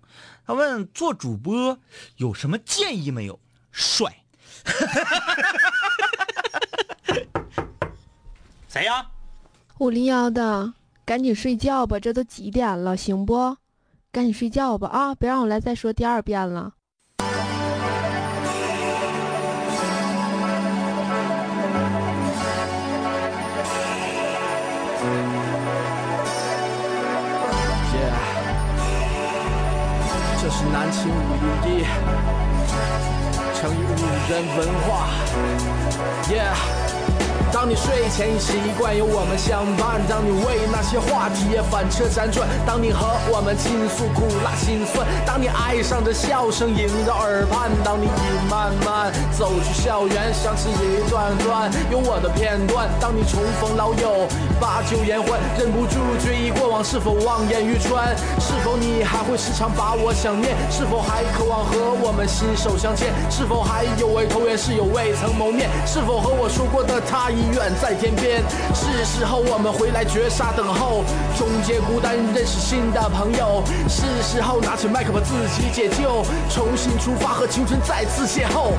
Speaker 10: 他问做主播有什么建议没有？ <laughs>
Speaker 9: 帅。谁呀、
Speaker 12: 五零幺的，赶紧睡觉吧，这都几点了，行不？赶紧睡觉吧啊！别让我来再说第二遍了。
Speaker 1: 这是南秦五零一，成语五人文化，Yeah。当你睡前已习惯有我们相伴，当你为那些话题也反车辗转，当你和我们倾诉苦辣心酸，当你爱上这笑声萦绕耳畔，当你已慢慢走出校园，想起一段段有我的片段，当你重逢老友，把酒言欢，忍不住追忆过往，是否望眼欲穿？是否你还会时常把我想念？是否还渴望和我们心手相牵？是否还有位投缘室友未曾谋面？是否和我说过的他已远在天边？是时候我们回来绝杀等候，终结孤单，认识新的朋友。是时候拿起麦克把自己解救，重新出发和青春再次邂逅。